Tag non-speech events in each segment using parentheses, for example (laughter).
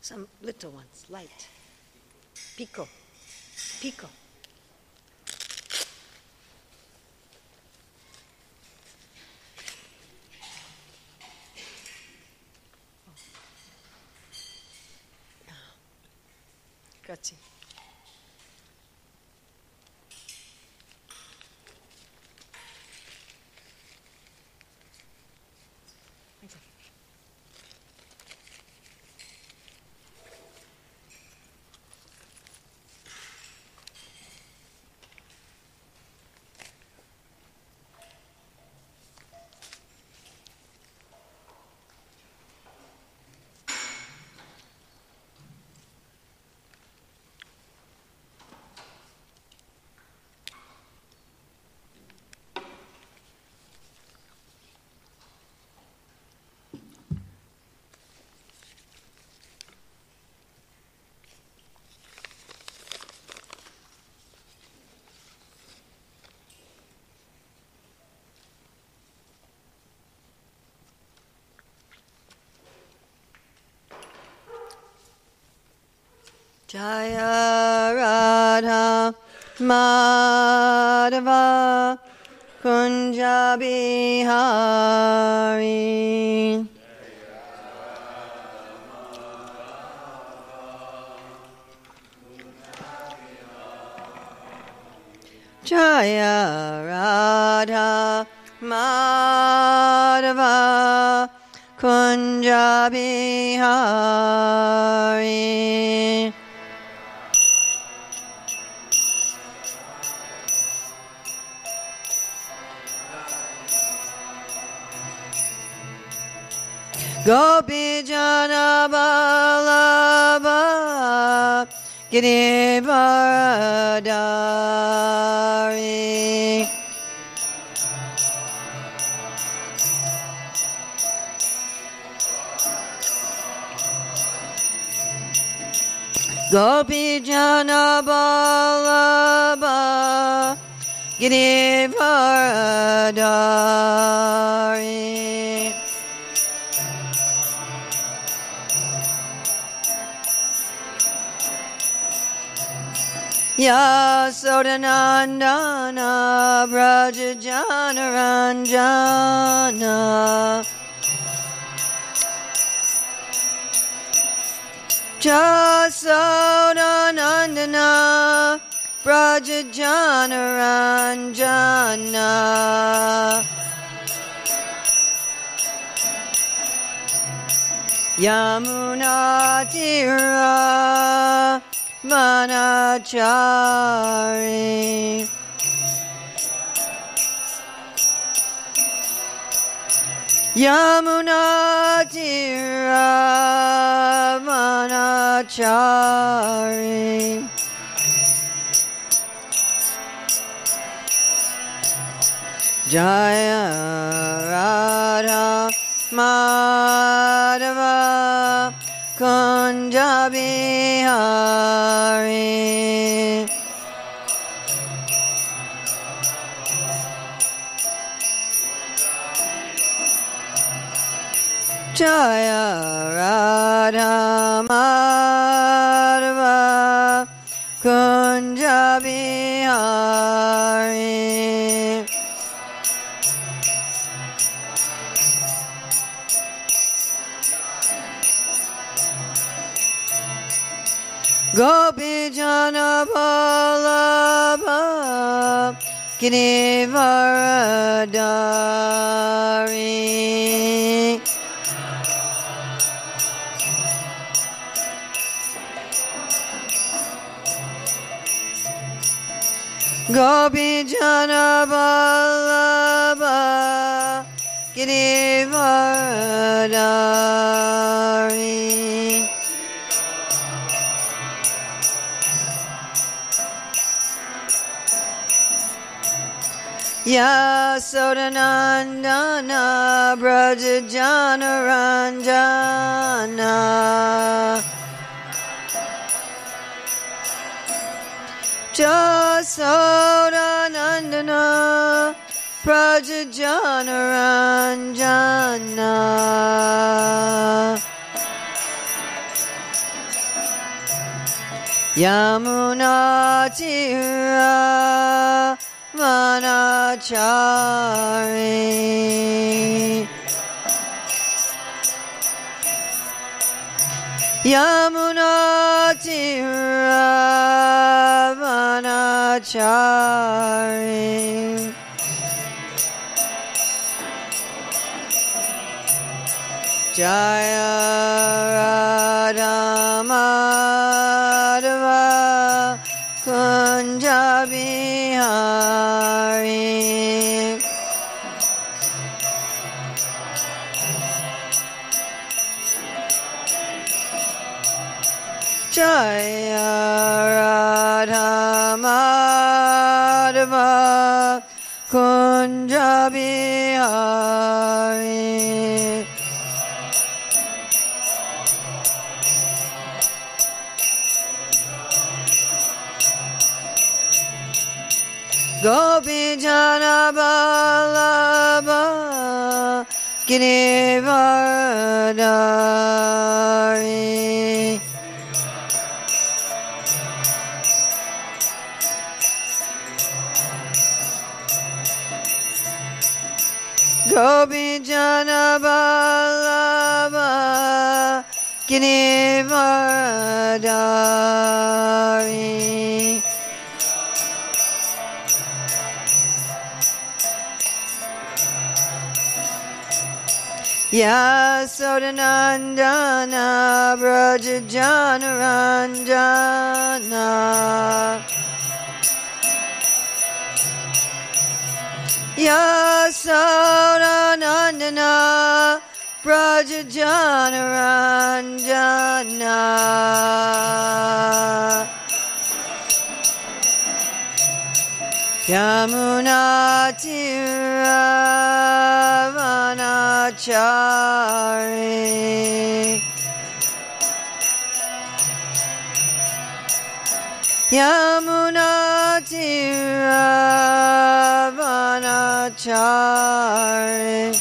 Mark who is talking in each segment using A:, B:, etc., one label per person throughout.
A: some little ones, light. Pico, pico. Oh. Ah. Grazie. Jaya Radha Madhava Kunjabi Hari. Jaya Radha Madhava Kunjabi Hari. Gopi Jana Balaba Girivaradari Gopi Jana Balaba Girivaradari Yasodanandana Brajajana Ranjana Jasodanandana Brajajana Ranjana Yamuna Tira Manachari. Yamuna Tira Manachari. Jaya Radha Madhava Kunjabi Hari. Jaya Radha Madhava Kunjabi Hari. Gopi Jana Pallava Ginivaradari Gopi Jana Pallava Ginivaradari Yasodanandana Brajajana Ranjana Jasodanandana Brajajana Ranjana Yamuna Tira Manachari Yamuna Tira Manachari Jaya Radha Madhava Kunja Bihari Jaya Radha Madhava Kunja Bihari Gopi Jana Balaba Girivardhari Gopi Jana Balaba Girivardhari Yasodanandana Brajajana Ranjana Yasodanandana Brajajana Ranjana Yamuna Tiravanachari Yamuna Tiravanachari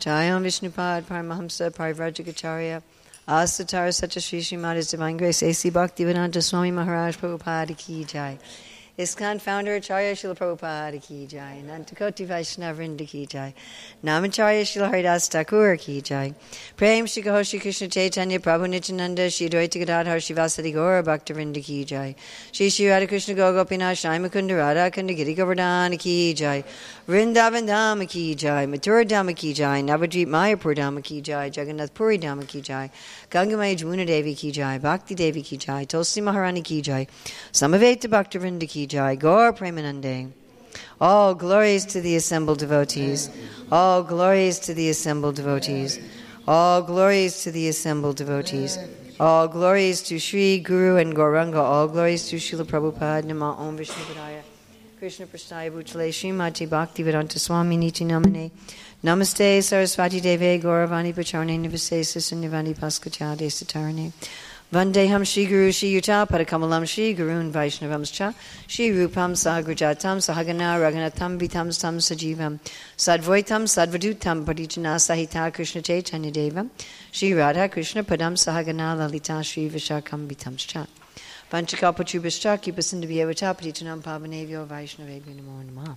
A: Jayam Vishnupad Paramahamsa Parivrajagacharya Asatara Satyashri Srimad His Divine Grace A.C. Bhaktivedanta Swami Maharaj Prabhupada Ki Jai ISKCON founder Acharya Srila Prabhupada Ki Jai Nantakoti Vaishnavrinda Ki Jai Namacharya Srila Haridas Thakur Ki Jai Prem Shri Gahoshi Krishna Chaitanya Prabhu Nityananda Shri Dvaita Gadadhar Shivasati Gaura Bhaktivinda Ki Jai Shri Shri Radhakrishna Gogopina Shaimakunda Radhakunda Giri Govardhana Ki Jai Vrindavan Dhamma Ki Jai Mathura Dhamma Ki Jai Navadvip Mayapur Dhamma Ki Jai Jagannath Puri Dhamma Ki Jai Gangamaya Jamuna Devi Ki Jai Bhakti Devi Ki Jai Tulsi Maharani Ki Jai Samaveta Bhaktivinda Ki Jai Gaur Premanande all glories to the assembled devotees. All glories to the assembled devotees. All glories to the assembled devotees. All glories to Sri Guru and Gauranga. All glories to Srila Prabhupada. Nama Om Vishnupadaya. Krishna Prasthaya Bhutale Srimati Bhakti Vedanta Swami Niti Namane. Namaste Sarasvati Deve Gauravani Pacharne Nivasesis and Nivani Paskachade Satarane. Vandeham Shri Guru Shri Yuta Padakamalam Shri Gurun Vaishnavamscha Shri Rupam Sagrajatam Sahagana Raghunatham Vitam Sam Sajivam Sadvaitam Sadvadutam Parijana Sahita Krishna Chaitanya Devam Shri Radha Krishna Padam Sahagana Lalita Shri Vishakam Vitamscha Panchakalpachubhascha Kipasindavyavata Parijanam Pavanevyo Vaishnavebhyo Namo Namah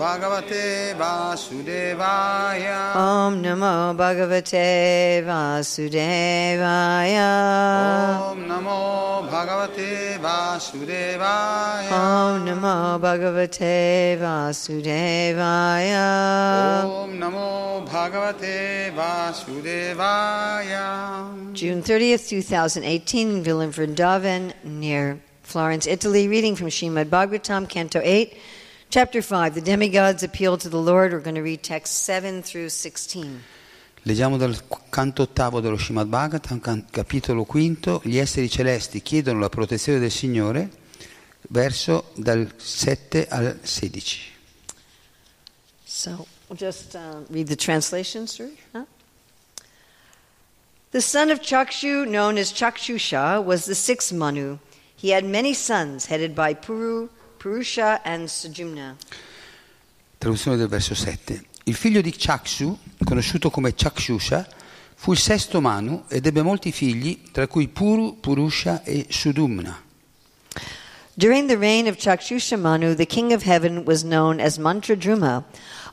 B: Bhagavate Vasudevaya.
A: Om Namo Bhagavate Vasudevaya.
B: Om Namo Bhagavate Vasudevaya.
A: Om Namo Bhagavate Vasudevaya.
B: Om Namo Bhagavate Vasudevaya.
A: June 30th, 2018, in Villa Vrindavan, near Florence, Italy. Reading from Srimad Bhagavatam, Canto 8, Chapter 5. The demigods appeal to the Lord. We're going to read texts 7 through 16.
B: Leggiamo dal canto ottavo dello Srimad Bhagavatam, can- capitolo quinto. Gli esseri celesti chiedono la protezione del Signore, verso dal 7 al
A: um,
B: 16.
A: So we'll just uh, read the translation, sir. Huh? The son of Chakshu, known as Chakshusha, was the sixth Manu. He had many sons, headed by Puru, Purusha, and Sujumna.
B: Traduzione del verso 7. Il figlio di Chakshu, conosciuto come Chakshusha, fu il sesto Manu ed ebbe molti figli, tra cui Puru, Purusha e Sudumna.
A: During the reign of Chakshusha Manu, the king of heaven was known as Mantradruma.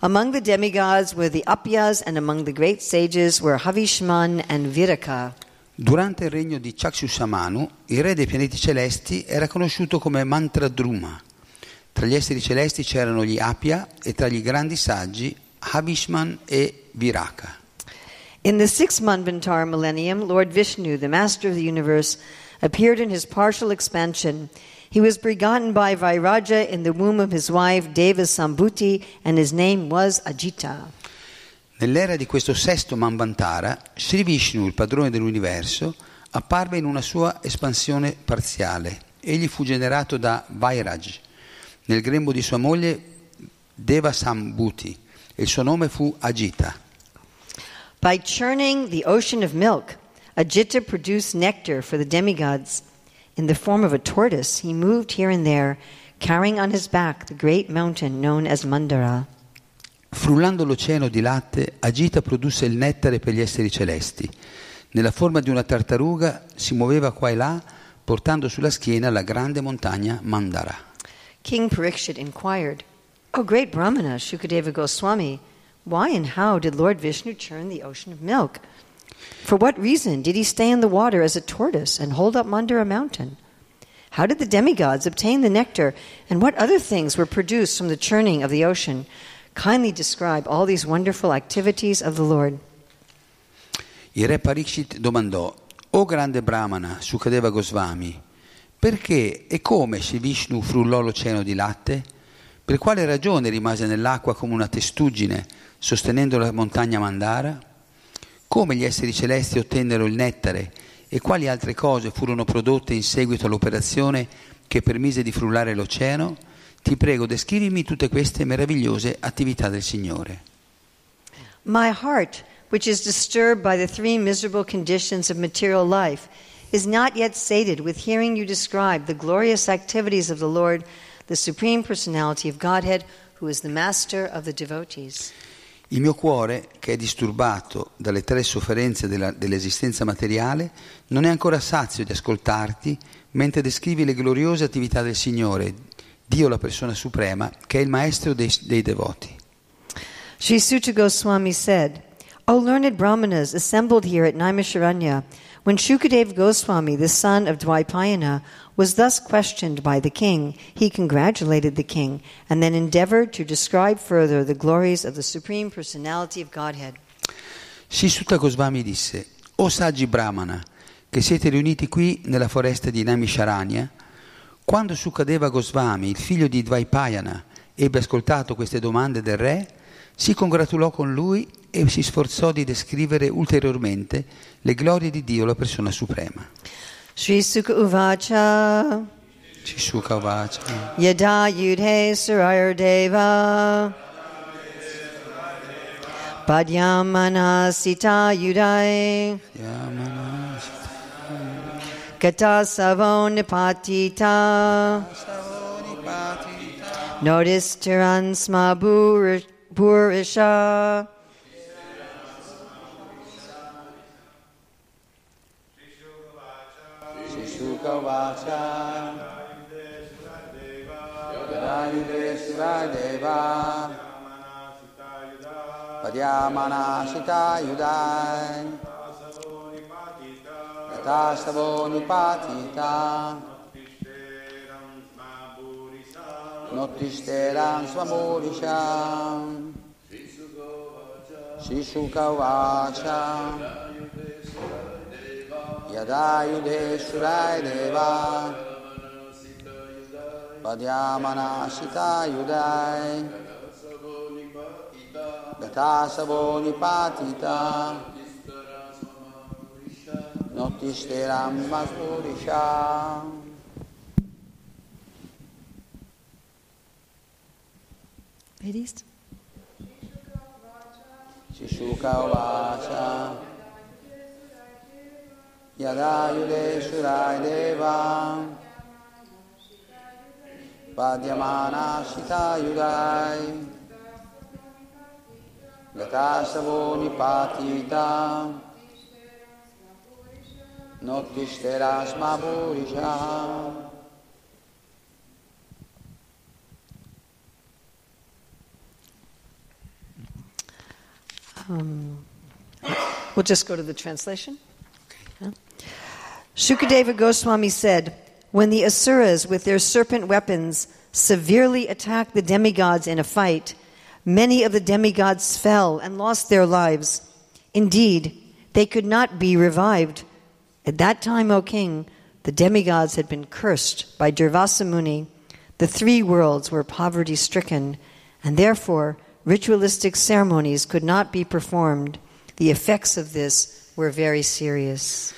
A: Among the demigods were the Apyas, and among the great sages were Havishman and Viraka.
B: Durante il regno di Chakshushamanu, il re dei pianeti celesti era conosciuto come Mantradruma. Tra gli esseri celesti c'erano gli Apia e tra gli grandi saggi Habishman e Viraka.
A: In the sixth Manvantara millennium, Lord Vishnu, the master of the universe, appeared in his partial expansion. He was begotten by Vairaja in the womb of his wife Devasambuti, and his name was Ajita.
B: Nell'era di questo sesto Manvantara, Sri Vishnu, il padrone dell'universo, apparve in una sua espansione parziale. Egli fu generato da Vairaj nel grembo di sua moglie Devasambhuti e il suo nome fu Agita.
A: By churning the ocean of milk, Ajita produced nectar for the demigods. In the form of a tortoise, he moved here and there, carrying on his back the great mountain known as Mandara.
B: Frullando l'oceano di latte, Agita produsse il nettare per gli esseri celesti. Nella forma di una tartaruga si muoveva qua e là, portando sulla schiena la grande montagna Mandara.
A: King Parikshit inquired, O great Brahmana, Shukadeva Goswami, why and how did Lord Vishnu churn the ocean of milk? For what reason did he stay in the water as a tortoise and hold up Mandara mountain? How did the demigods obtain the nectar, and what other things were produced from the churning of the ocean? Kindly describe all these wonderful activities of the Lord.
B: Il re Parikshit domandò, O grande Brahmana, Sukadeva Goswami, perché e come Sri Vishnu frullò l'oceano di latte? Per quale ragione rimase nell'acqua come una testuggine, sostenendo la montagna Mandara? Come gli esseri celesti ottennero il nettare e quali altre cose furono prodotte in seguito all'operazione che permise di frullare l'oceano? Ti prego, descrivimi tutte queste meravigliose attività del Signore.
A: My heart, which is disturbed by the three miserable conditions of material life, is not yet sated with hearing you describe the glorious activities of the Lord, the Supreme Personality of Godhead, who is the Master of the devotees.
B: Il mio cuore, che è disturbato dalle tre sofferenze della- dell'esistenza materiale, non è ancora sazio di ascoltarti mentre descrivi le gloriose attività del Signore, Dio la persona suprema, che è il maestro dei, dei devoti.
A: Sri Suta Goswami said, O learned brahmanas assembled here at Naimisharanya, when Shukadeva Goswami, the son of Dwaipayana, was thus questioned by the king, he congratulated the king and then endeavored to describe further the glories of the Supreme Personality of Godhead.
B: Sisutta Goswami disse: O saggi Brahmana, che siete riuniti qui nella foresta di Namisharanya, quando Sukadeva Goswami, il figlio di Dvaipayana, ebbe ascoltato queste domande del re, si congratulò con lui e si sforzò di descrivere ulteriormente le glorie di Dio, la persona suprema.
A: Sri Sukha Uvacha
B: Sisuka Vacha,
A: Yada Yudhe Surayardeva Padyamana Sita Yudai
B: Yamana,
A: Kata Savonipatita Notice Tiransma Purisha.
B: Sisuka Vacha, Yodayudesradeva, Padyamanasitayudai, Tastavonipatita, Notisteram Svamurisham, Sisuka Vacha, Yadayudeshurai Deva Padyamanaśita Yudai Gatasavonipatita Notisterammapurisha
A: Ladies?
B: Sisuka Vacha Yadayudeshurai Devam Padyamana Sitayudai Gatasavo Nipatita Notkishterasma Purisham
A: Um, we'll just go to the translation. Yeah. Shukadeva Goswami said, When the Asuras with their serpent weapons severely attacked the demigods in a fight, many of the demigods fell and lost their lives. Indeed, they could not be revived. At that time, O king, the demigods had been cursed by Durvasa Muni. The three worlds were poverty stricken, and therefore ritualistic ceremonies could not be performed. The effects of this were very serious.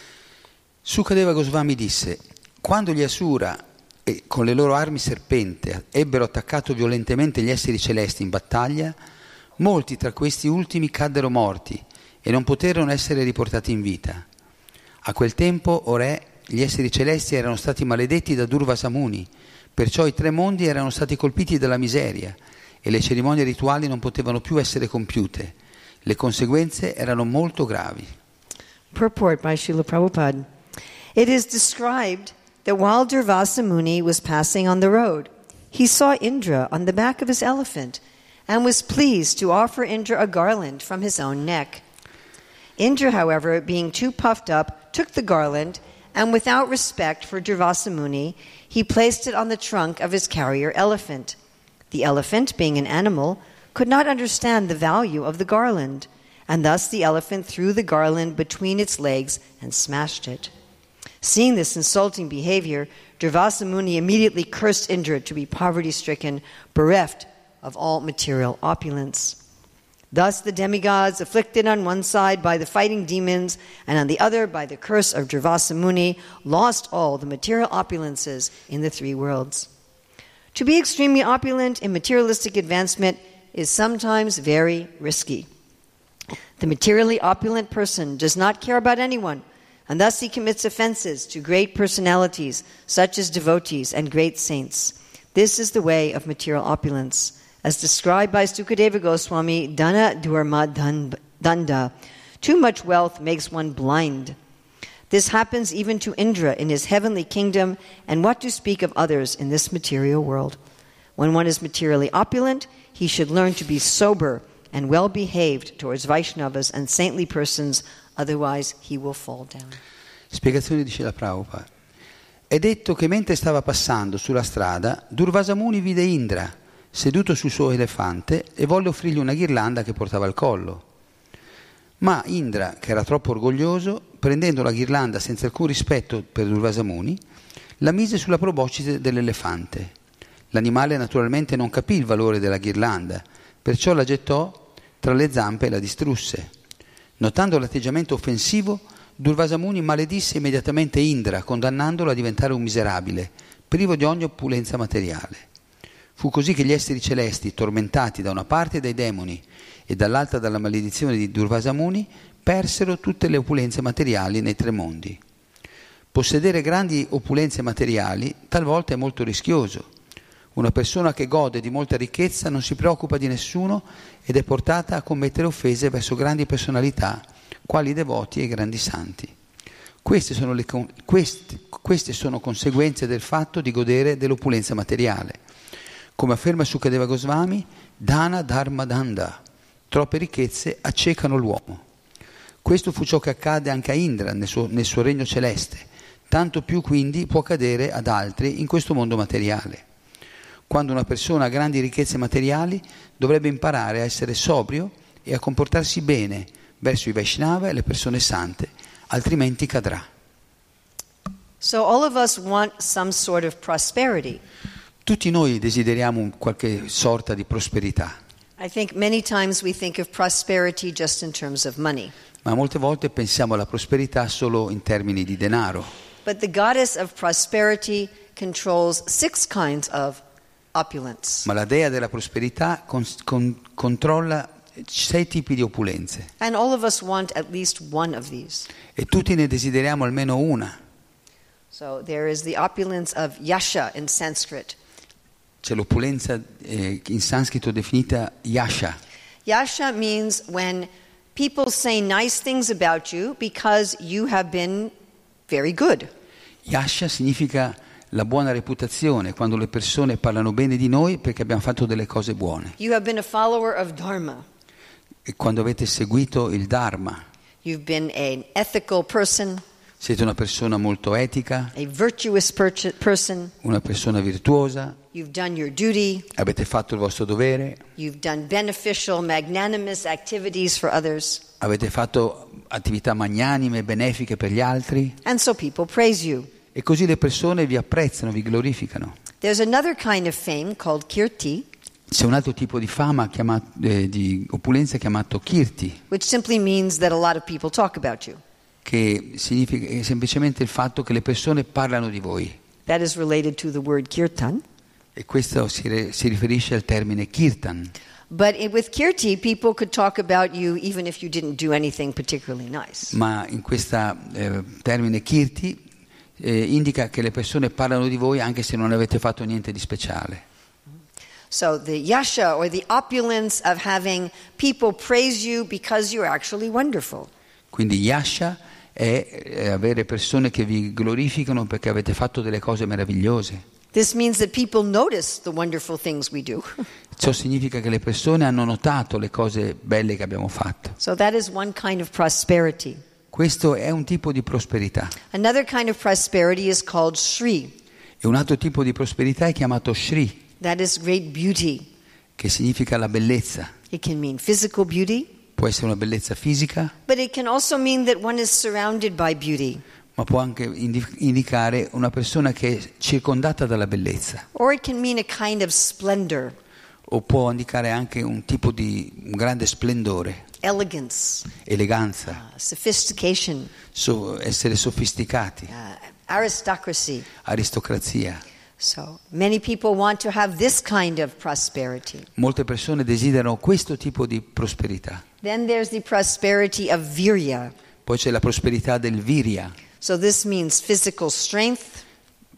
B: Sukadeva Goswami disse, quando gli Asura eh, con le loro armi serpente ebbero attaccato violentemente gli esseri celesti in battaglia, molti tra questi ultimi caddero morti e non poterono essere riportati in vita. A quel tempo, o re, gli esseri celesti erano stati maledetti da Durvasamuni, perciò i tre mondi erano stati colpiti dalla miseria e le cerimonie rituali non potevano più essere compiute. Le conseguenze erano molto gravi.
A: Purport by Srila Prabhupada. It is described that while Durvasa Muni was passing on the road, he saw Indra on the back of his elephant and was pleased to offer Indra a garland from his own neck. Indra, however, being too puffed up, took the garland and without respect for Durvasa Muni, he placed it on the trunk of his carrier elephant. The elephant, being an animal, could not understand the value of the garland, and thus the elephant threw the garland between its legs and smashed it. Seeing this insulting behavior, Durvasa Muni immediately cursed Indra to be poverty stricken, bereft of all material opulence. Thus the demigods, afflicted on one side by the fighting demons and on the other by the curse of Durvasa Muni, lost all the material opulences in the three worlds. To be extremely opulent in materialistic advancement is sometimes very risky. The materially opulent person does not care about anyone, and thus he commits offenses to great personalities, such as devotees and great saints. This is the way of material opulence. As described by Sukadeva Goswami, Dana Dharma Danda, too much wealth makes one blind. This happens even to Indra in his heavenly kingdom, and what to speak of others in this material world. When one is materially opulent, he should learn to be sober and well behaved towards Vaishnavas and saintly persons, otherwise he will fall down.
B: Spiegazione di Srila Prabhupada. È detto che mentre stava passando sulla strada, Durvasamuni vide Indra seduto sul suo elefante e volle offrirgli una ghirlanda che portava al collo. Ma Indra, che era troppo orgoglioso, prendendo la ghirlanda senza alcun rispetto per Durvasamuni, la mise sulla proboscide dell'elefante. L'animale naturalmente non capì il valore della ghirlanda, perciò la gettò tra le zampe e la distrusse. Notando l'atteggiamento offensivo, Durvasamuni maledisse immediatamente Indra, condannandolo a diventare un miserabile, privo di ogni opulenza materiale. Fu così che gli esseri celesti, tormentati da una parte dai demoni e dall'altra dalla maledizione di Durvasamuni, persero tutte le opulenze materiali nei tre mondi. Possedere grandi opulenze materiali talvolta è molto rischioso. Una persona che gode di molta ricchezza non si preoccupa di nessuno ed è portata a commettere offese verso grandi personalità, quali i devoti e i grandi santi. Queste sono, le, queste, queste sono conseguenze del fatto di godere dell'opulenza materiale come afferma Sukadeva Goswami, Dana Dharma Danda, troppe ricchezze accecano l'uomo. Questo fu ciò che accade anche a Indra nel suo, nel suo, regno celeste, tanto più quindi può accadere ad altri in questo mondo materiale. Quando una persona ha grandi ricchezze materiali dovrebbe imparare a essere sobrio e a comportarsi bene verso i Vaishnava e le persone sante, altrimenti cadrà.
A: So all of us want some sort of prosperity.
B: Tutti noi desideriamo qualche sorta di prosperità. Ma molte volte pensiamo alla prosperità solo in termini di denaro. Ma la dea della prosperità con, con, controlla sei tipi di opulenze
A: And all of us want at least one of these.
B: e tutti ne desideriamo almeno una.
A: So there is the opulence of yasha in Sanskrit.
B: C'è l'opulenza eh, in sanscrito definita yasha,
A: Yasha means when people say nice things about you because you have been very good.
B: Yasha significa la buona reputazione, quando le persone parlano bene di noi perché abbiamo fatto delle cose buone.
A: You have been a follower of Dharma.
B: E quando avete seguito il Dharma,
A: You've been an ethical person,
B: siete una persona molto etica,
A: a virtuous per- person.
B: una persona virtuosa,
A: You've done your duty.
B: avete fatto il vostro dovere,
A: You've done beneficial, magnanimous activities for others.
B: avete fatto attività magnanime, benefiche per gli altri
A: And so people praise you.
B: e così le persone vi apprezzano, vi glorificano.
A: There's another kind of fame called kirti,
B: C'è un altro tipo di fama, chiama- eh, di opulenza chiamato kirti,
A: which simply means that a lot of people talk about you.
B: che significa è semplicemente il fatto che le persone parlano di voi.
A: That is related to the word kirtan.
B: E questo si, re- si riferisce al termine kirtan.
A: But it, with kirti, people could talk about you even if you didn't do anything particularly nice.
B: Ma in questo termine kirti eh, indica che le persone parlano di voi anche se non avete fatto niente di speciale.
A: So the yasha or the opulence of having people praise you because you're actually wonderful.
B: Quindi yasha è eh, avere persone che vi glorificano perché avete fatto delle cose meravigliose.
A: This means that people notice the wonderful things we do. (laughs)
B: Ciò significa che le persone hanno notato le cose belle che abbiamo fatto.
A: So that is one kind of prosperity.
B: Questo è un tipo di prosperità.
A: Another kind of prosperity is called Shri.
B: E un altro tipo di prosperità è chiamato Shri,
A: That is great beauty.
B: che significa la bellezza.
A: It can mean physical beauty,
B: Può essere una bellezza fisica,
A: but it can also mean that one is surrounded by beauty.
B: ma può anche indi- indicare una persona che è circondata dalla bellezza
A: Or it can mean a kind of splendor,
B: o può indicare anche un tipo di un grande splendore,
A: elegance,
B: eleganza,
A: uh, sophistication,
B: so- essere sofisticati,
A: uh, aristocracy.
B: aristocrazia.
A: So many people want to have this kind of prosperity.
B: Molte persone desiderano questo tipo di prosperità.
A: Then there's the prosperity of virya.
B: Poi c'è la prosperità del viria.
A: So this means physical strength,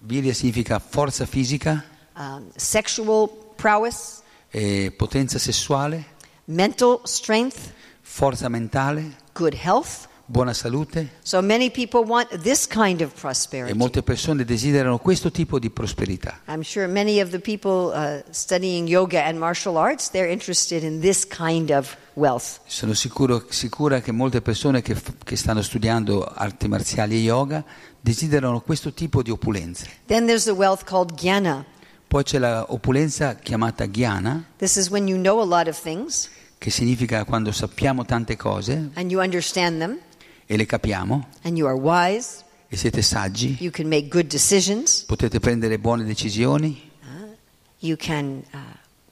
B: Viria significa forza fisica,
A: um, sexual prowess,
B: eh, potenza sessuale,
A: mental strength,
B: forza mentale,
A: good health.
B: buona salute
A: So many people want this kind of prosperity.
B: e molte persone desiderano questo tipo di prosperità.
A: I'm sure many of the people uh, studying yoga and martial arts, they're interested in this kind of wealth.
B: Sono sicuro- sicura che molte persone che, f- che stanno studiando arti marziali e yoga desiderano questo tipo di opulenze.
A: Then there's the wealth called jnana.
B: Poi c'è l'opulenza chiamata ghiana,
A: This is when you know a lot of things
B: che significa quando sappiamo tante cose
A: and you understand them
B: e le capiamo
A: and you are wise,
B: e siete saggi,
A: you can make good decisions,
B: potete prendere buone decisioni,
A: you can uh,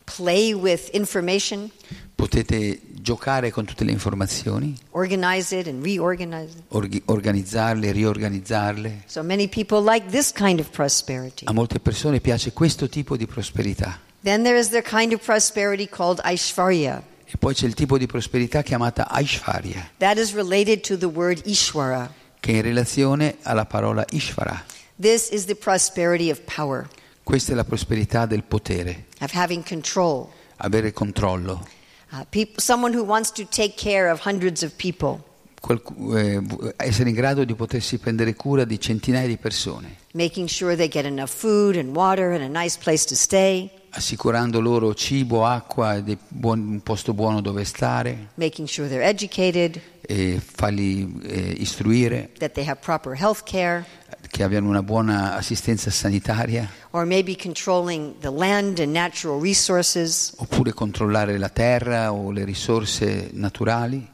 A: play with information,
B: potete giocare con tutte le informazioni,
A: organize it and reorganize it.
B: org- organizzarle, riorganizzarle.
A: So many people like this kind of prosperity.
B: A molte persone piace questo tipo di prosperità.
A: Then there is the kind of prosperity called Aishvarya.
B: E poi c'è il tipo di prosperità chiamata Aishvarya,
A: That is related to the word Ishvara.
B: che è in relazione alla parola Ishvara.
A: This is the prosperity of power,
B: Questa è la prosperità del potere,
A: of having control.
B: avere controllo.
A: Uh, peop- someone who wants to take care of hundreds of people,
B: Qualcu- eh, vu- essere in grado di potersi prendere cura di centinaia di persone,
A: making sure they get enough food and water and a nice place to stay,
B: assicurando loro cibo, acqua e dei buon- un posto buono dove stare,
A: making sure they're educated,
B: e farli eh, istruire,
A: that they have proper health care,
B: che abbiano una buona assistenza sanitaria,
A: or maybe controlling the land and natural resources,
B: oppure controllare la terra o le risorse naturali,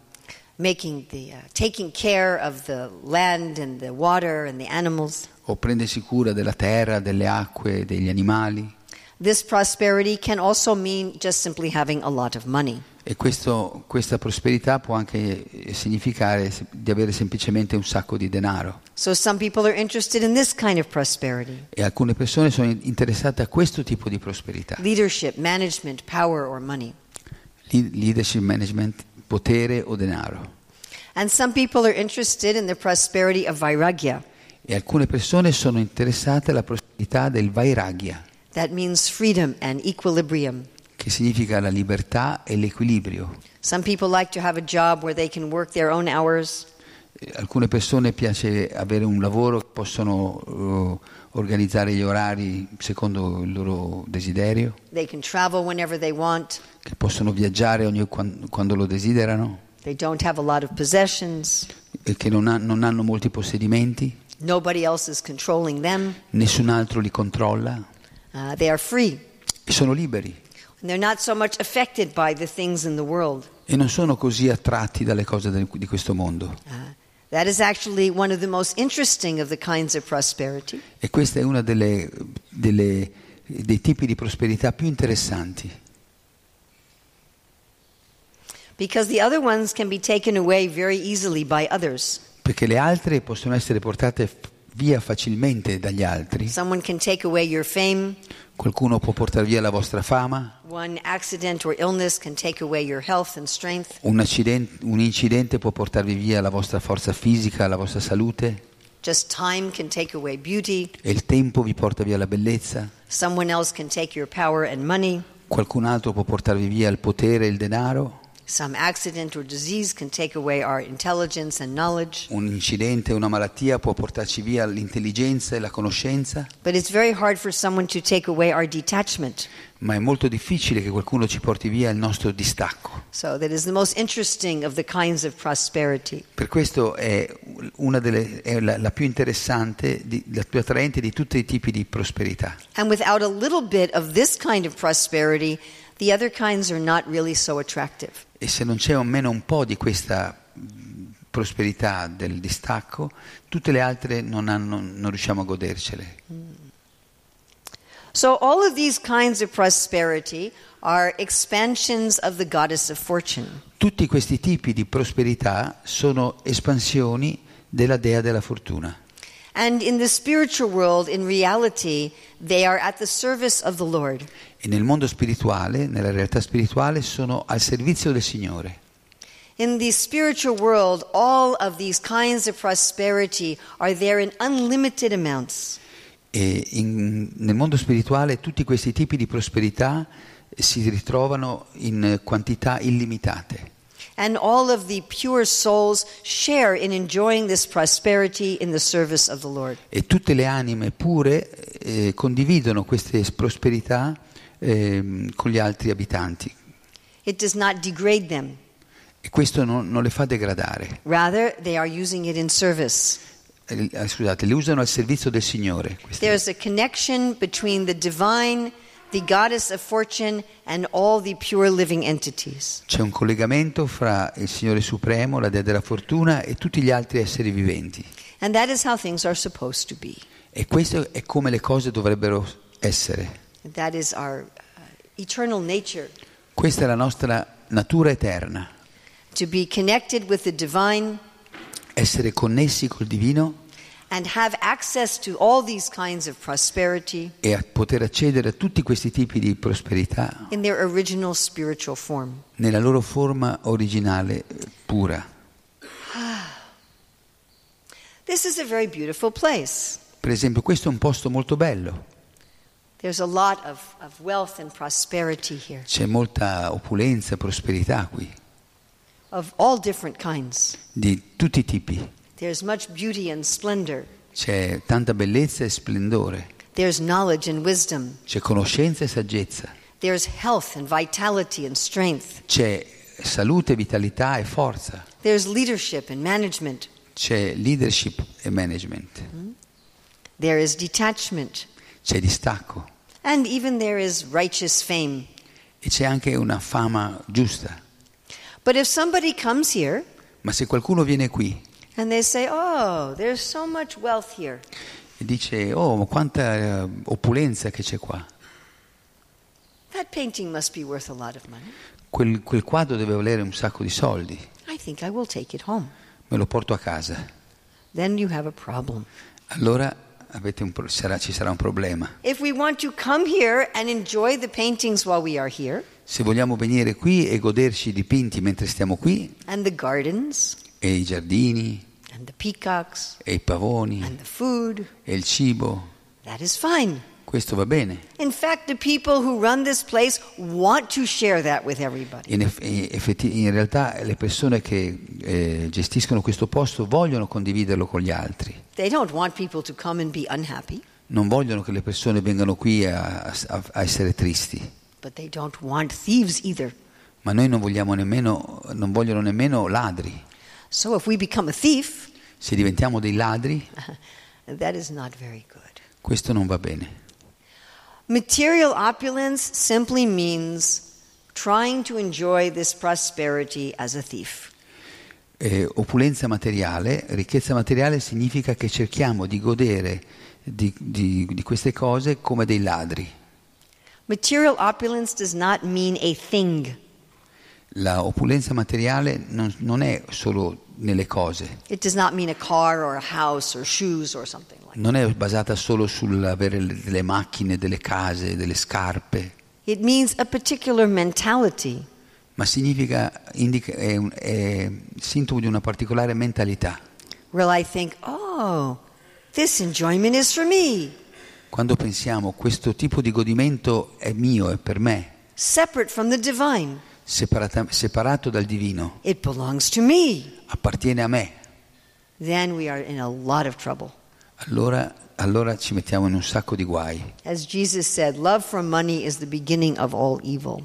A: making the uh, taking care of the land and the water and the animals.
B: o prendersi cura della terra, delle acque, degli animali.
A: This prosperity can also mean just simply having a lot of money.
B: E questo- questa prosperità può anche eh, significare se- di avere semplicemente un sacco di denaro.
A: So some people are interested in this kind of prosperity.
B: E alcune persone sono in- interessate a questo tipo di prosperità.
A: leadership, management, power, or money.
B: i- leadership management, potere o denaro.
A: And some people are interested in the prosperity of vairagya.
B: E alcune persone sono interessate alla prosperità del vairagya,
A: That means freedom and equilibrium.
B: che significa la libertà e l'equilibrio.
A: Some people like to have a job where they can work their own hours,
B: Eh, Alcune persone piace avere un lavoro, possono eh, organizzare gli orari secondo il loro desiderio,
A: they can travel whenever they want,
B: che possono viaggiare ogni- quan- quando lo desiderano
A: they don't have a lot of possessions,
B: e che non, ha- non hanno molti possedimenti,
A: nobody else is controlling them,
B: nessun altro li controlla
A: uh, they are free.
B: e sono liberi
A: And they're not so much affected by the things in the world.
B: e non sono così attratti dalle cose del- di questo mondo.
A: Uh, That is actually one of the most interesting of the kinds of prosperity.
B: E questa è una delle, delle- dei tipi di prosperità più interessanti,
A: Because the other ones can be taken away very easily by others.
B: perché le altre possono essere portate f- via facilmente dagli altri.
A: Someone can take away your fame,
B: Qualcuno può portare via la vostra fama,
A: one accident or illness can take away your health and strength.
B: un, acciden- un incidente può portarvi via la vostra forza fisica, la vostra salute
A: Just time can take away beauty,
B: e il tempo vi porta via la bellezza.
A: someone else can take your power and money,
B: Qualcun altro può portarvi via il potere e il denaro.
A: some accident or disease can take away our intelligence and knowledge.
B: Un incidente, una malattia può portarci via l'intelligenza e la conoscenza,
A: But it's very hard for someone to take away our detachment.
B: ma è molto difficile che qualcuno ci porti via il nostro distacco.
A: So that is the most interesting of the kinds of prosperity.
B: Per questo è, una delle, è la, la più interessante, di- la più attraente di tutti i tipi di prosperità.
A: And without a little bit of this kind of prosperity, the other kinds are not really so attractive.
B: E se non c'è almeno un po' di questa mh, prosperità del distacco, tutte le altre non, hanno- non riusciamo a godercele.
A: So, all of these kinds of prosperity are expansions of the goddess of fortune.
B: Tutti questi tipi di prosperità sono espansioni della dea della fortuna.
A: And in the spiritual world, in reality, they are at the service of the Lord.
B: E nel mondo spirituale, nella realtà spirituale, sono al servizio del Signore.
A: In the spiritual world, all of these kinds of prosperity are there in unlimited amounts.
B: E in- nel mondo spirituale tutti questi tipi di prosperità si ritrovano in eh, quantità illimitate
A: And all of the pure souls share in enjoying this prosperity in the service of the Lord.
B: e tutte le anime pure eh, condividono queste s- prosperità ehm, con gli altri abitanti
A: It does not degrade them.
B: e questo non, non le fa degradare,
A: Rather, they are using it in service.
B: Eh, eh, scusate, le usano al servizio del Signore. queste-
A: There's a connection between the divine, the goddess of fortune, and all the pure living entities.
B: C'è un collegamento fra il Signore Supremo, la Dea della Fortuna e tutti gli altri esseri viventi
A: And that is how things are supposed to be.
B: e questo è come le cose dovrebbero essere.
A: That is our uh, eternal nature
B: Questa è la nostra natura eterna,
A: to be connected with the divine
B: essere connessi col divino
A: and have access to all these kinds of prosperity
B: e a poter accedere a tutti questi tipi di prosperità
A: in their original spiritual form.
B: nella loro forma originale eh, pura.
A: This is a very beautiful place.
B: Per esempio, questo è un posto molto bello,
A: There's a lot of, of wealth and prosperity here.
B: c'è molta opulenza, prosperità qui,
A: of all different kinds.
B: di tutti i tipi.
A: There's much beauty and splendor.
B: C'è tanta bellezza e splendore,
A: There's knowledge and wisdom.
B: c'è conoscenza e saggezza,
A: There's health and vitality and strength.
B: c'è salute, vitalità e forza,
A: There's leadership and management.
B: c'è leadership e management,
A: There is detachment.
B: c'è distacco
A: And even there is righteous fame.
B: e c'è anche una fama giusta.
A: But if somebody comes here
B: Ma se qualcuno viene qui
A: and they say, Oh, there's so much wealth here,
B: e dice, oh, ma quanta eh, opulenza che c'è qua,
A: that painting must be worth a lot of money.
B: quel, quel quadro deve valere un sacco di soldi,
A: I think I will take it home.
B: me lo porto a casa,
A: Then you have a problem.
B: allora avete un pro- sarà- ci sarà un problema.
A: If we want to come here and enjoy the paintings while we are here,
B: Se vogliamo venire qui e goderci i dipinti mentre stiamo qui,
A: and the gardens
B: e i giardini,
A: and the peacocks
B: e i pavoni,
A: and the food,
B: e il cibo,
A: that is fine.
B: questo va bene.
A: In fact, the people who run this place want to share that with everybody.
B: In, eff- in effetti- in realtà le persone che eh, gestiscono questo posto vogliono condividerlo con gli altri,
A: They don't want people to come and be unhappy,
B: non vogliono che le persone vengano qui a- a- a essere tristi.
A: but they don't want thieves either.
B: Ma noi non vogliamo nemmeno, non vogliono nemmeno ladri.
A: So if we become a thief,
B: Se diventiamo dei ladri,
A: that is not very good.
B: questo non va bene.
A: Material opulence simply means trying to enjoy this prosperity as a thief.
B: Eh, opulenza materiale, ricchezza materiale significa che cerchiamo di godere di, di- di queste cose come dei ladri.
A: Material opulence does not mean a thing,
B: La opulenza materiale non, non è solo nelle cose,
A: it does not mean a car or a house or shoes or something like that.
B: non è basata solo sull'avere le- delle macchine, delle case, delle scarpe,
A: It means a particular mentality,
B: ma significa, indica- è un- è sintomo di una particolare mentalità.
A: where I think, oh, this enjoyment is for me,
B: Quando pensiamo questo tipo di godimento è mio, è per me,
A: separate from the divine.
B: separata- separato dal divino,
A: It belongs to me.
B: appartiene a me,
A: Then we are in a lot of trouble.
B: allora, allora ci mettiamo in un sacco di guai.
A: As Jesus said, love for money is the beginning of all evil.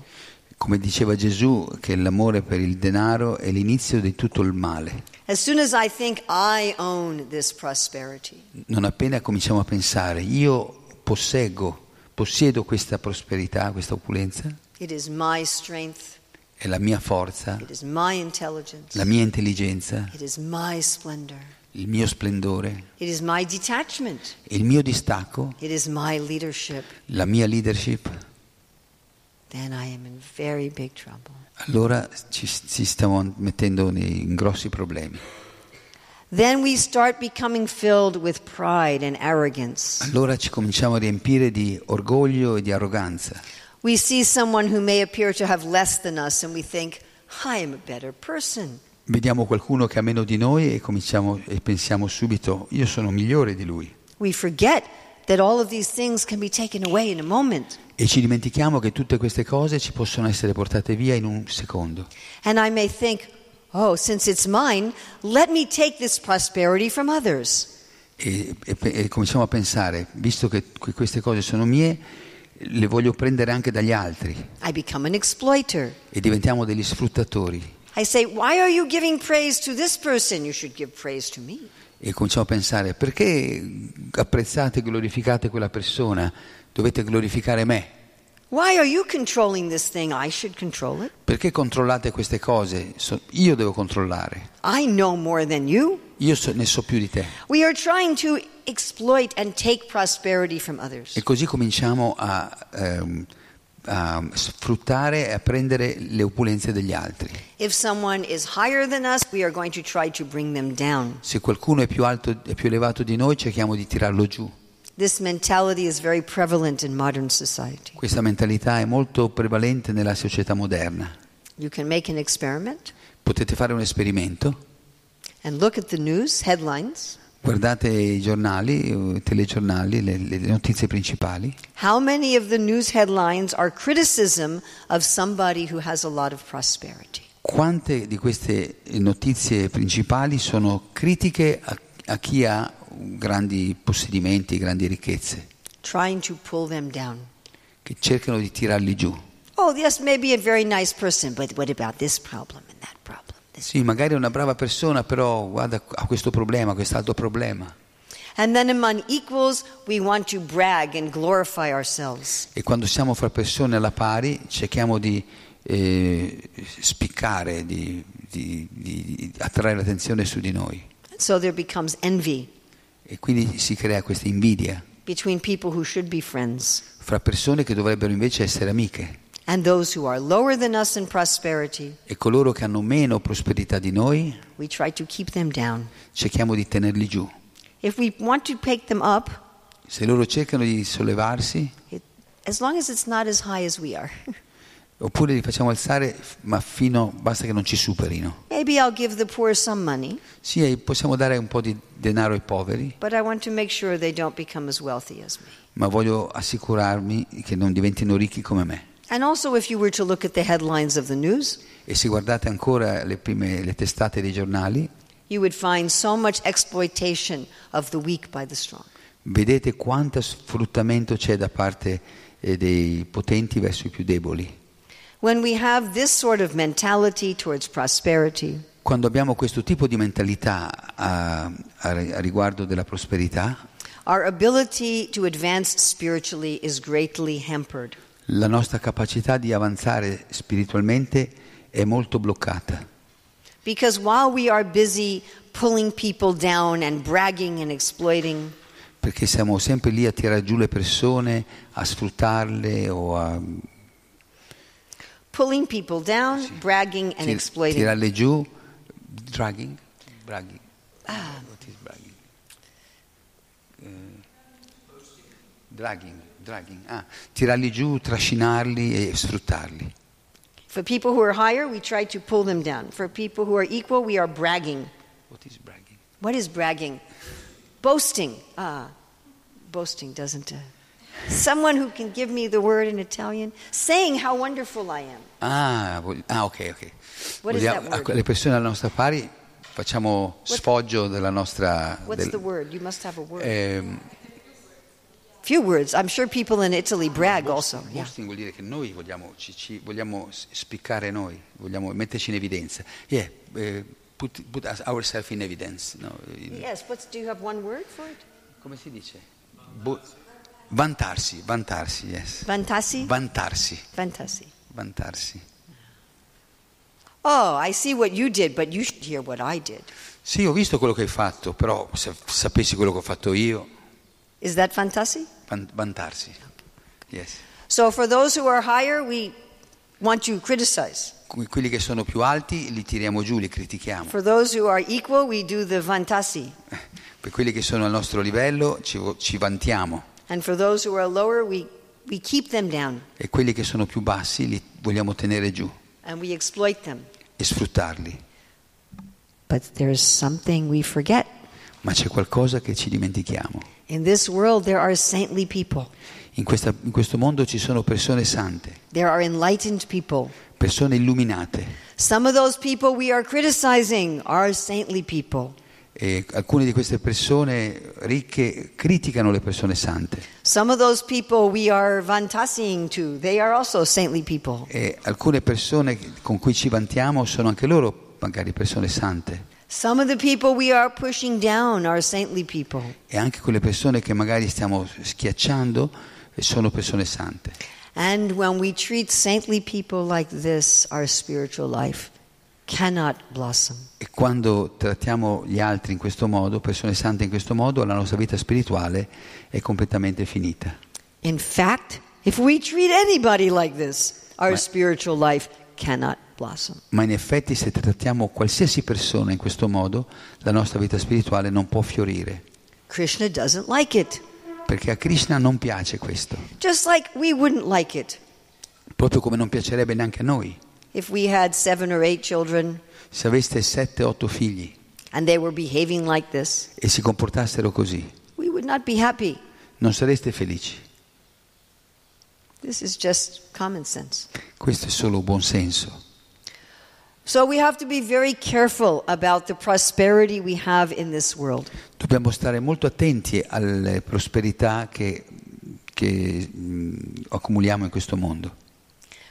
B: Come diceva Gesù, che l'amore per il denaro è l'inizio di tutto il male.
A: As soon as I think I own this prosperity,
B: Non appena cominciamo a pensare, io posseggo, possiedo questa prosperità, questa opulenza,
A: it is my strength,
B: è la mia forza,
A: it is my intelligence,
B: la mia intelligenza,
A: it is my splendor,
B: il mio splendore,
A: it is my detachment,
B: il mio distacco,
A: it is my leadership,
B: la mia leadership.
A: then I am in very big trouble.
B: Allora ci, ci stiamo mettendo nei- in grossi problemi.
A: Then we start becoming filled with pride and arrogance.
B: Allora ci cominciamo a riempire di orgoglio e di arroganza.
A: We see someone who may appear to have less than us and we think, I am a better person.
B: Vediamo qualcuno che ha meno di noi e, cominciamo, e pensiamo subito, io sono migliore di lui.
A: We forget that all of these things can be taken away in a moment.
B: E ci dimentichiamo che tutte queste cose ci possono essere portate via in un secondo.
A: And I may think, oh, since it's mine, let me take this prosperity from others.
B: E, e pe- e cominciamo a pensare, visto che que- queste cose sono mie, le voglio prendere anche dagli altri.
A: I become an exploiter.
B: E diventiamo degli sfruttatori.
A: I say, why are you giving praise to this person? You should give praise to me.
B: E cominciamo a pensare perché apprezzate e glorificate quella persona, dovete glorificare me,
A: Why are you controlling this thing? I should control it.
B: perché controllate queste cose, So- io devo controllare,
A: I know more than you.
B: io so- ne so più di te.
A: We are trying to exploit and take prosperity from others.
B: E così cominciamo a, ehm, a sfruttare e a prendere le opulenze degli altri.
A: If someone is higher than us, we are going to try to bring them down.
B: Se qualcuno è più alto e più elevato di noi cerchiamo di tirarlo giù.
A: This mentality is very prevalent in modern society.
B: Questa mentalità è molto prevalente nella società moderna.
A: You can make an experiment.
B: Potete fare un esperimento,
A: and look at the news headlines.
B: guardate i giornali, eh, i telegiornali, le- le notizie principali.
A: How many of the news headlines are criticism of somebody who has a lot of prosperity?
B: Quante di queste notizie principali sono critiche a, a chi ha grandi possedimenti, grandi ricchezze,
A: Trying to pull them down.
B: che cercano di tirarli giù?
A: Oh, yes, maybe a very nice person, but what about this problem and that problem? This-
B: Sì, magari è una brava persona, però guarda, ha questo problema, quest'altro problema.
A: And then among equals, we want to brag and glorify ourselves.
B: E quando siamo fra persone alla pari cerchiamo di eh, spiccare, di, di- di- di attrarre l'attenzione su di noi.
A: So there becomes envy
B: E quindi si crea questa invidia
A: between people who should be friends
B: fra persone che dovrebbero invece essere amiche.
A: and those who are lower than us in prosperity.
B: E coloro che hanno meno prosperità di noi
A: We try to keep them down.
B: cerchiamo di tenerli giù.
A: If we want to pick them up,
B: Se loro cercano di sollevarsi,
A: As long as it's not as high as we are. (laughs)
B: Oppure li facciamo alzare, f- ma fino, basta che non ci superino.
A: Maybe I'll give the poor some money,
B: Sì, e possiamo dare un po' di denaro ai poveri,
A: but I want to make sure they don't become as wealthy as me.
B: ma voglio assicurarmi che non diventino ricchi come me.
A: And also, if you were to look at the headlines of the news,
B: E se guardate ancora le prime le testate dei giornali,
A: you would find so much exploitation of the weak by the strong.
B: vedete quanto sfruttamento c'è da parte eh, dei potenti verso i più deboli.
A: When we have this sort of mentality towards prosperity,
B: Quando abbiamo questo tipo di mentalità a, a- a riguardo della prosperità,
A: our ability to advance spiritually is greatly hampered.
B: la nostra capacità di avanzare spiritualmente è molto bloccata.
A: Because while we are busy pulling people down and bragging and exploiting,
B: perché siamo sempre lì a tirare giù le persone, a sfruttarle o a
A: pulling people down, bragging and
B: tir-
A: exploiting.
B: tirarle giù, dragging, bragging.
A: Ah.
B: What is bragging? Eh, dragging, dragging. Ah, tirarli giù, trascinarli e sfruttarli.
A: For people who are higher, we try to pull them down. For people who are equal, we are bragging.
B: What is bragging?
A: What is bragging? Boasting. Ah, boasting doesn't. Uh, someone who can give me the word in Italian, saying how wonderful I am.
B: Ah, vog- ah, ok, ok.
A: What is
B: Vogliamo-
A: that word?
B: a- le persone alla nostra pari facciamo sfoggio della nostra...
A: What's
B: del-
A: the word? You must have a word.
B: ehm,
A: Few words. I'm sure people in Italy brag also.
B: Boasting
A: Yeah.
B: vuol dire che noi vogliamo, ci, ci- vogliamo s- spiccare noi, vogliamo metterci in evidenza. Yeah, eh, put, put us- ourselves in evidence. no? In-
A: Yes. What's? Do you have one word for it?
B: Come si dice? Bo- vantarsi, vantarsi, yes.
A: Fantasi.
B: Vantarsi,
A: Fantasi.
B: vantarsi.
A: Oh, I see what you did, but you should hear what I did.
B: Sì, ho visto quello che hai fatto, però se sapessi quello che ho fatto io,
A: Is that fantasi?
B: van- vantarsi. Yes.
A: So for those who are higher, we want to criticize.
B: Que- Quelli che sono più alti li tiriamo giù, li critichiamo.
A: For those who are equal, we do the fantasi.
B: Per quelli che sono al nostro livello ci vo- ci vantiamo.
A: And for those who are lower, we, we keep them down
B: e quelli che sono più bassi li vogliamo tenere giù
A: and we exploit them.
B: e sfruttarli,
A: But there's something we forget.
B: ma c'è qualcosa che ci dimentichiamo.
A: In this world, there are saintly people,
B: In, questa- in questo mondo ci sono persone sante,
A: there are enlightened people.
B: persone illuminate
A: Some of those people we are criticizing are saintly people.
B: e alcune di queste persone ricche criticano le persone sante
A: Some of those people we are vantasing to, they are also saintly people.
B: e alcune persone con cui ci vantiamo sono anche loro magari persone sante
A: Some of the people we are pushing down are saintly people.
B: e anche quelle persone che magari stiamo schiacciando eh, sono persone sante.
A: And when we treat saintly people like this, our spiritual life cannot blossom.
B: E quando trattiamo gli altri in questo modo, persone sante in questo modo, la nostra vita spirituale è completamente finita.
A: In fact, if we treat anybody like this, our
B: Right.
A: spiritual life cannot blossom.
B: Ma in effetti se trattiamo qualsiasi persona in questo modo, la nostra vita spirituale non può fiorire,
A: Krishna doesn't like it,
B: perché a Krishna non piace questo,
A: just like we wouldn't like it
B: proprio come non piacerebbe neanche a noi.
A: if we had seven or eight children
B: Se aveste 7-8 figli
A: and they were behaving like this.
B: e si comportassero così,
A: We would not be happy.
B: non sareste felici.
A: This is just common sense.
B: Questo è solo buon senso.
A: So we have to be very careful about the prosperity we have in this world.
B: Dobbiamo stare molto attenti alle prosperità che, che, mh, accumuliamo in questo mondo.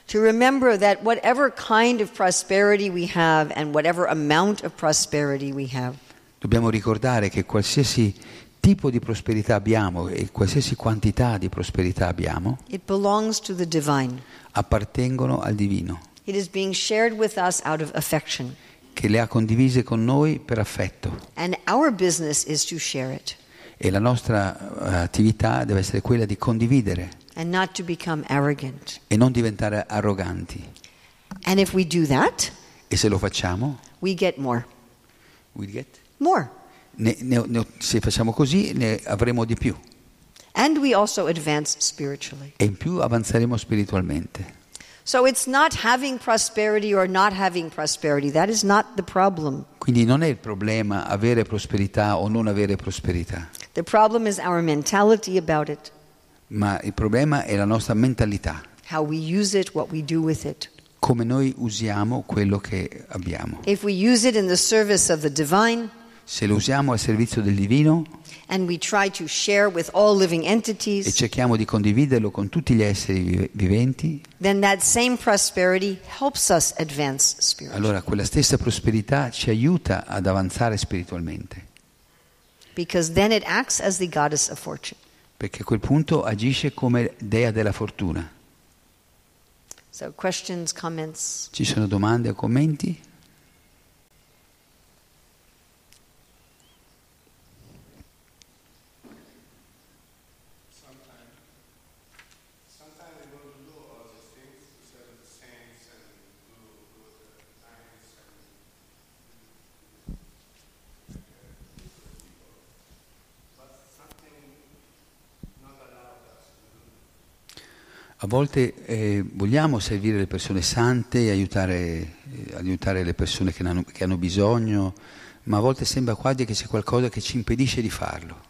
A: To remember that whatever kind of prosperity we have and whatever amount of prosperity we have,
B: Dobbiamo ricordare che qualsiasi tipo di prosperità abbiamo e qualsiasi quantità di prosperità abbiamo
A: it belongs to the divine.
B: appartengono al divino,
A: It is being shared with us out of affection.
B: che le ha condivise con noi per affetto
A: And our business is to share it
B: e la nostra eh, attività deve essere quella di condividere
A: and not to become arrogant.
B: e non diventare arroganti.
A: And if we do that,
B: E se lo facciamo,
A: we get more.
B: we get-
A: More.
B: ne- ne- ne- se facciamo così ne avremo di più
A: And we also advance spiritually.
B: e in più avanzeremo spiritualmente.
A: So it's not having prosperity or not having prosperity. That is not the problem.
B: Quindi non è il problema avere prosperità o non avere prosperità,
A: The problem is our mentality about it,
B: ma il problema è la nostra mentalità,
A: how we use it, what we do with it.
B: come noi usiamo quello che abbiamo.
A: If we use it in the service of the divine
B: Se lo usiamo al servizio del divino
A: and we try to share with all living
B: e
A: entities,
B: cerchiamo di condividerlo con tutti gli esseri vive- viventi,
A: then that same prosperity helps us advance spiritually.
B: allora quella stessa prosperità ci aiuta ad avanzare spiritualmente,
A: because then it acts as the goddess of fortune.
B: perché a quel punto agisce come dea della fortuna.
A: So, questions, comments?
B: Ci sono domande o commenti?
C: Sometimes, sometimes they want to do all these things instead of the saints and do, do the science and But something not allowed us to do.
B: A volte eh, vogliamo servire le persone sante e aiutare, eh, aiutare le persone che ne hanno, che hanno bisogno, ma a volte sembra quasi che c'è qualcosa che ci impedisce di farlo.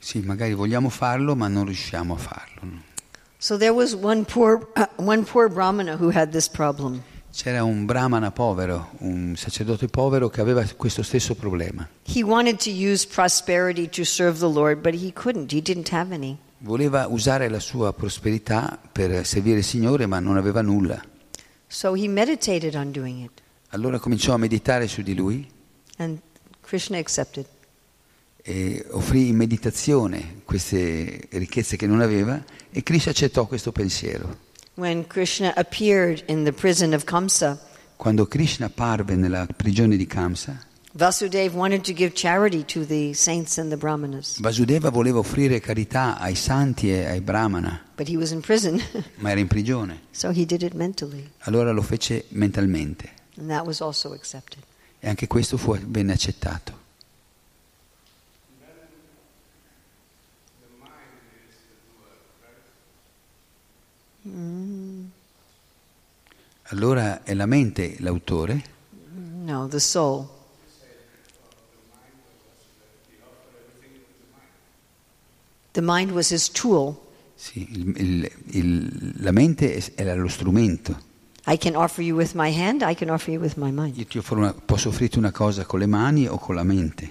B: Sì, magari vogliamo farlo, ma non riusciamo a farlo. no?
A: So, there was one poor, uh, one poor Brahmana who had this problem.
B: C'era un brahmana povero, un sacerdote povero che aveva questo stesso problema.
A: He wanted to use prosperity to serve the Lord, but he couldn't. He didn't have any.
B: Voleva usare la sua prosperità per servire il Signore, ma non aveva nulla.
A: So, he meditated on doing it,
B: Allora cominciò a meditare su di lui
A: and Krishna accepted.
B: e offrì in meditazione queste ricchezze che non aveva e Krishna accettò questo pensiero.
A: When Krishna appeared in the prison of Kamsa,
B: Quando Krishna apparve nella prigione di Kamsa,
A: Vasudev wanted to give charity to the saints and the brahmanas,
B: Vasudeva voleva offrire carità ai santi e ai brahmana,
A: but he was in prison, (laughs)
B: ma era in prigione.
A: so he did it mentally,
B: Allora lo fece mentalmente
A: and that was also accepted.
B: e anche questo fu, venne accettato. Allora è la mente l'autore
A: No, the soul. The mind was his tool.
B: Sì, il- il- il- la mente è- era lo strumento.
A: I can offer you with my hand, I can offer you with my mind.
B: Io ti offro una- posso offrirti una cosa con le mani o con la mente.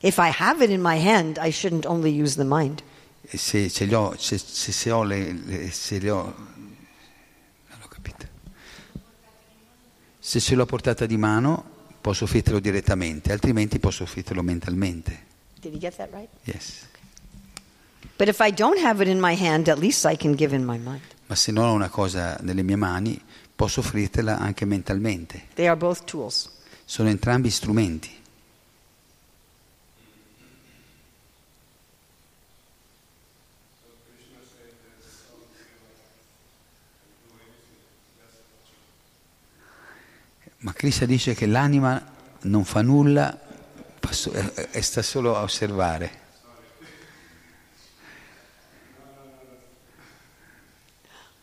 A: If I have it in my hand, I shouldn't only use the mind.
B: E se, ce li ho, se, se- se ho le, le- se le ho, non l'ho capito. Se ce l'ho a portata di mano, posso offrirtelo direttamente, altrimenti posso offrirtelo mentalmente.
A: Did he get that right?
B: Yes.
A: But if I don't have it in my hand, at least I can give in my mind.
B: Ma se non ho una cosa nelle mie mani, posso offrirtela anche mentalmente.
A: They are both tools.
B: Sono entrambi strumenti. Ma Krishna dice che l'anima non fa nulla, fa so- eh, eh, sta solo a osservare.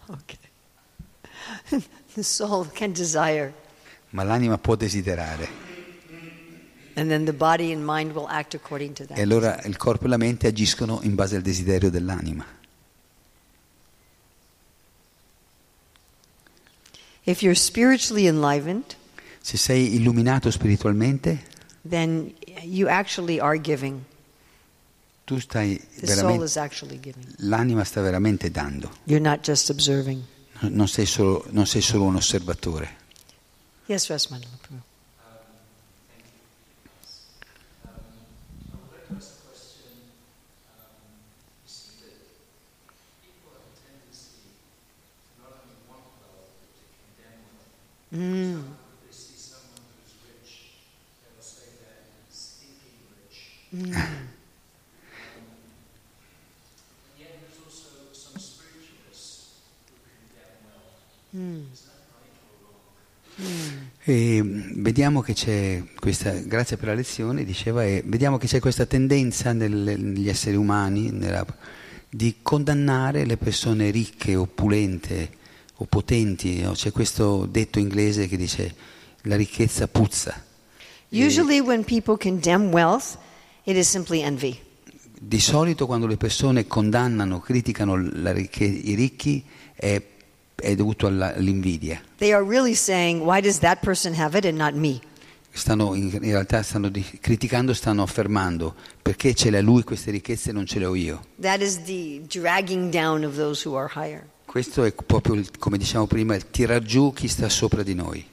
A: Okay. (laughs) the soul can desire,
B: Ma l'anima può desiderare
A: and then the body and mind will act according to that.
B: e allora il corpo e la mente agiscono in base al desiderio dell'anima.
A: If you're spiritually enlivened,
B: Se sei illuminato spiritualmente,
A: then you actually are giving.
B: tu stai
A: The soul
B: veramente
A: is actually giving.
B: L'anima sta veramente dando,
A: You're not just observing.
B: non sei solo, non sei solo un osservatore.
A: Yes, Rasman Prabhu. Um, um, Mm. Mm. Um, Mm.
B: E mm, vediamo che c'è questa, grazie per la lezione, diceva, e vediamo che c'è questa tendenza nel- negli esseri umani nella- di condannare le persone ricche, oppulente o potenti. no? C'è questo detto inglese che dice la ricchezza puzza.
A: Usually, when people condemn wealth, it is simply envy.
B: Di solito quando le persone condannano, criticano la ricche- i ricchi è, è dovuto alla- all'invidia.
A: They are really saying, Why does that person have it and not me?
B: Stanno, in, in realtà stanno di- criticando, stanno affermando perché ce le ha lui queste ricchezze e non ce le ho io.
A: That is the dragging down of those who are higher.
B: Questo è proprio, il- come diciamo prima, il tirar giù chi sta sopra di noi.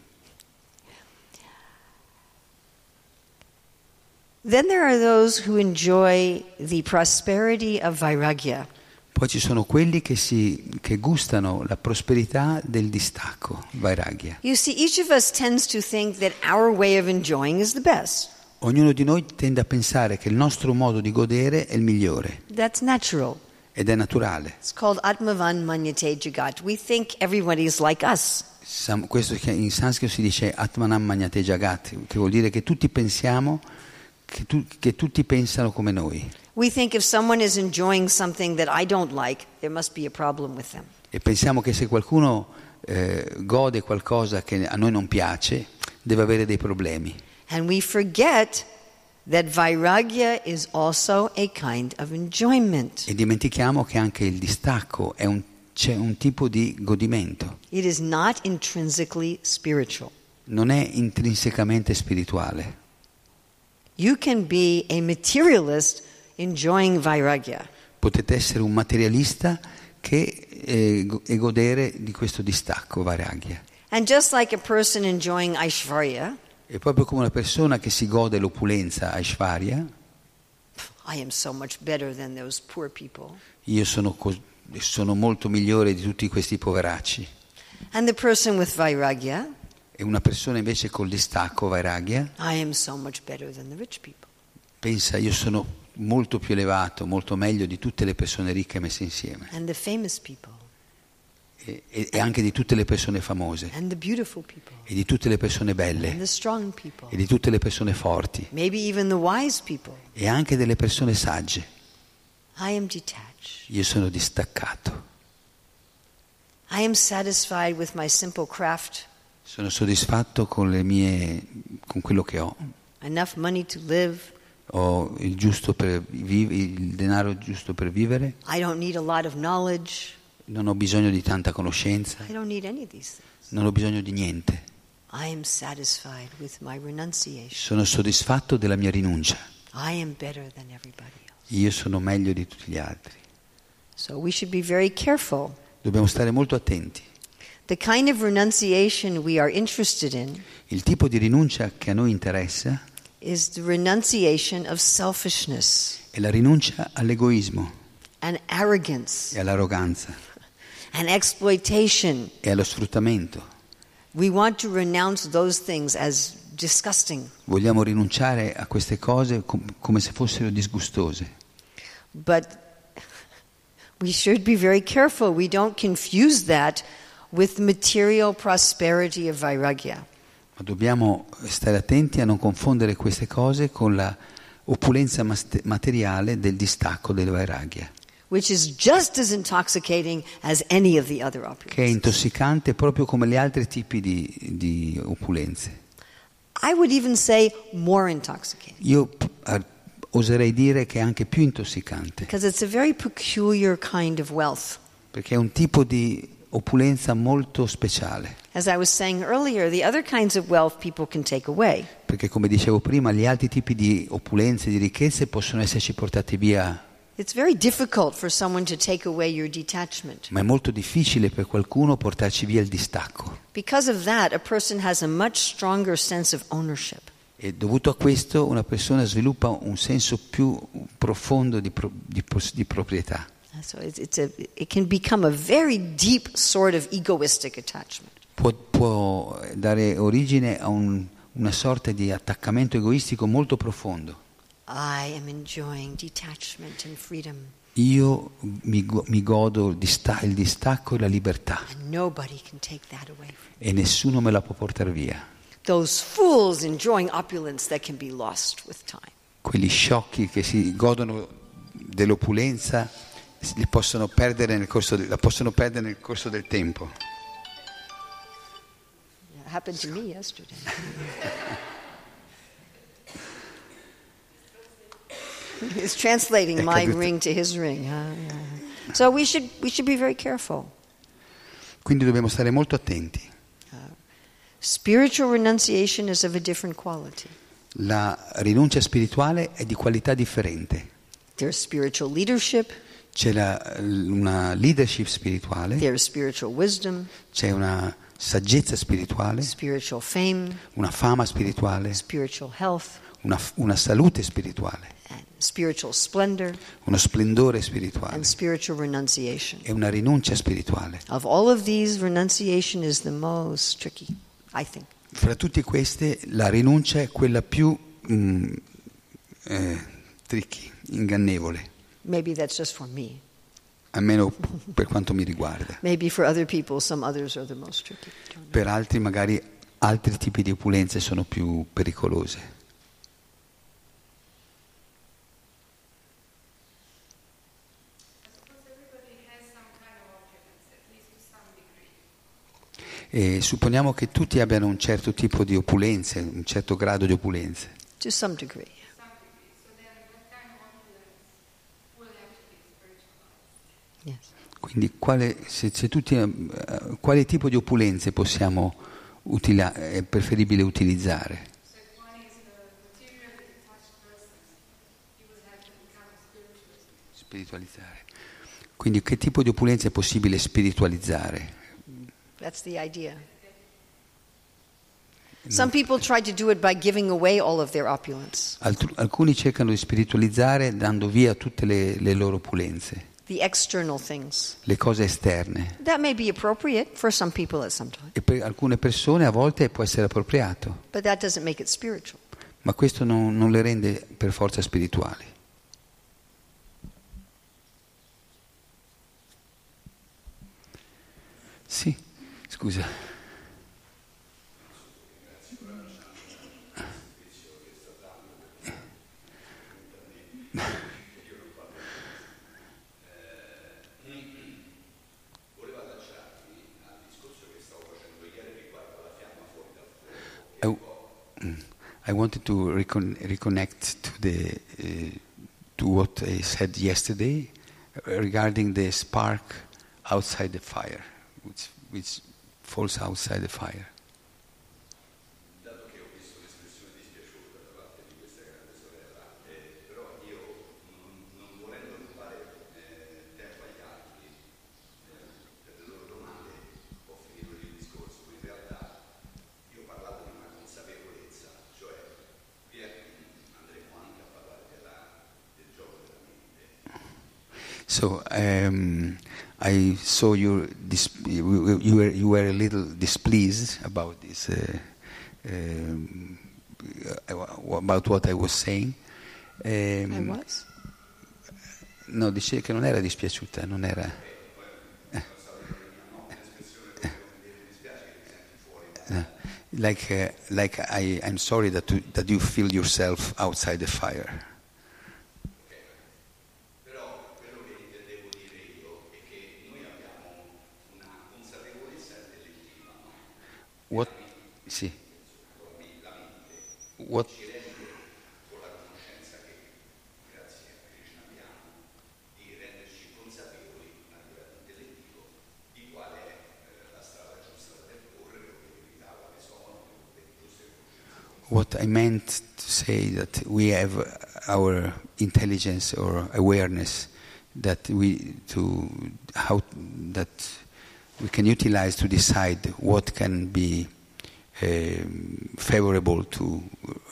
A: Then there are those who enjoy the prosperity of vairagya.
B: Poi ci sono quelli che, si, che gustano la prosperità del distacco, Vairagya.
A: You see, each of us tends to think that our way of enjoying is the best.
B: Ognuno di noi tende a pensare che il nostro modo di godere è il migliore
A: That's natural.
B: ed è naturale.
A: It's called Atmavan Manyate Jagat. We think everybody's like us.
B: Sam- questo che in sanscrito si dice Atmanam Magnate Jagat, che vuol dire che tutti pensiamo, che, tu- che tutti pensano come noi.
A: We think if someone is enjoying something that I don't like, there must be a problem with them.
B: E pensiamo che se qualcuno eh, gode qualcosa che a noi non piace, deve avere dei problemi.
A: And we forget that vairagya is also a kind of enjoyment.
B: E dimentichiamo che anche il distacco è un, c'è un tipo di godimento,
A: It is not intrinsically spiritual.
B: non è intrinsecamente spirituale.
A: You can be a materialist enjoying vairagya.
B: Potete essere un materialista che, eh, go- e godere di questo distacco, Vairagya.
A: And just like a person enjoying Aishvarya,
B: È proprio come una persona che si gode l'opulenza Aishvarya,
A: I am so much better than those poor people.
B: io sono, cos- sono molto migliore di tutti questi poveracci.
A: And the person with vairagya,
B: E una persona invece col distacco, Vairagya,
A: I am so much better than the rich people.
B: pensa io sono molto più elevato, molto meglio di tutte le persone ricche messe insieme
A: And the famous people.
B: e- e- e anche di tutte le persone famose.
A: And the beautiful people.
B: e di tutte le persone
A: And
B: belle
A: the strong people.
B: e di tutte le persone forti
A: Maybe even the wise people.
B: e anche delle persone sagge.
A: I am detached.
B: Io sono distaccato,
A: I am satisfied with my simple craft,
B: sono soddisfatto con le mie con quello che ho.
A: enough money to live.
B: Ho il, giusto per vi- il denaro giusto per vivere,
A: I don't need a lot of knowledge.
B: non ho bisogno di tanta conoscenza,
A: I don't need any of these things.
B: non ho bisogno di niente.
A: I am satisfied with my renunciation.
B: Sono soddisfatto della mia rinuncia.
A: I am better than everybody else.
B: Io sono meglio di tutti gli altri.
A: So we should be very careful.
B: Dobbiamo stare molto attenti.
A: The kind of renunciation we are interested in
B: Il tipo di rinuncia che a noi interessa
A: is the renunciation of selfishness
B: è la rinuncia all'egoismo
A: and arrogance
B: e all'arroganza
A: and exploitation.
B: e allo sfruttamento.
A: We want to renounce those things as disgusting.
B: Vogliamo rinunciare a queste cose com- come se fossero disgustose,
A: But we should be very careful we don't confuse that with material prosperity of vairagya.
B: ma dobbiamo stare attenti a non confondere queste cose con la opulenza mas- materiale del distacco del vairagya,
A: which is just as intoxicating as any of the other
B: che è
A: opulence.
B: intossicante proprio come gli altri tipi di, di opulenze.
A: I would even say more intoxicating
B: Io p- a- oserei dire che è anche più intossicante,
A: because it's a very peculiar kind of wealth.
B: perché è un tipo di opulenza molto speciale,
A: As I was saying earlier, the other kinds of wealth people can take away.
B: perché come dicevo prima, gli altri tipi di opulenze, di ricchezze possono esserci portati via
A: It's very difficult for someone to take away your detachment.
B: Ma è molto difficile per qualcuno portarci via il distacco.
A: Because of that, a person has a much stronger sense of ownership.
B: E dovuto a questo una persona sviluppa un senso più profondo di, pro- di pos- di proprietà.
A: And Uh, So it's, it's a, it can become a very deep sort of egoistic attachment.
B: Può, può dare origine a un- una sorta di attaccamento egoistico molto profondo.
A: I am enjoying detachment and freedom,
B: Io mi, go- mi godo il, dista- il distacco e la libertà
A: and nobody can take that away from me.
B: e nessuno me la può portare via.
A: those fools enjoying opulence that can be lost with time.
B: Quelli sciocchi che si godono dell'opulenza li possono perdere nel corso de- la possono perdere nel corso del tempo.
A: It happened to me yesterday. (laughs) He's translating my
B: Ecco,
A: ring to his ring. huh? Yeah, yeah. So we should, we should be very careful.
B: Quindi dobbiamo stare molto attenti.
A: Spiritual renunciation is of a different quality.
B: La rinuncia spirituale è di qualità differente.
A: There's spiritual leadership,
B: C'è la- una leadership spirituale,
A: there's spiritual wisdom,
B: c'è una saggezza spirituale,
A: spiritual fame,
B: una fama spirituale,
A: spiritual health,
B: una, una salute spirituale,
A: and spiritual splendor,
B: uno splendore spirituale
A: and spiritual renunciation.
B: e una rinuncia spirituale.
A: Of all of these, renunciation is the most tricky, I think.
B: Fra tutte queste, la rinuncia è quella più mm, eh, tricky, ingannevole,
A: Maybe that's just for me.
B: almeno per quanto mi riguarda.
A: Maybe for other people, some others are the most tricky. Don't know.
B: Per altri, magari, altri tipi di opulenze sono più pericolose.
D: Because everybody has some kind of opulence, at least to some degree.
B: E supponiamo che tutti abbiano un certo tipo di opulenze, un certo grado di opulenze.
A: To some degree.
D: Some degree. So then what kind of opulence will have to be spiritualized?
A: Yes.
B: Quindi quale, se, se tutti, eh, quale tipo di opulenze possiamo utila- è preferibile utilizzare?
D: So if one is a materially detached person, he will have to become a spiritualist.
B: Spiritualizzare. Quindi che tipo di opulenza è possibile spiritualizzare?
A: That's the idea. Some people try to do it by giving away all of their opulence,
B: Altru- alcuni cercano di spiritualizzare dando via tutte le, le loro opulenze,
A: the external things.
B: le cose esterne.
A: That may be appropriate for some people at some time,
B: E per alcune persone a volte può essere appropriato,
A: but that doesn't make it spiritual.
B: ma questo non, non le rende per forza spirituali. Sì, scusa. I, mm, I wanted to recon- reconnect to the uh, to what I said yesterday regarding the spark outside the fire, which which falls outside the fire. So um, I saw you. Dis- you, you were you were a little displeased about this, uh, um, about what I was saying. Um,
A: I was?
B: No, dice che non era dispiaciuta, non era. Eh. Like, eh, like I, I'm sorry that, you- that you feel yourself outside the fire. What, sì. What, What I meant to say that we have our intelligence or awareness that we to how that we can utilize to decide what can be um, favorable to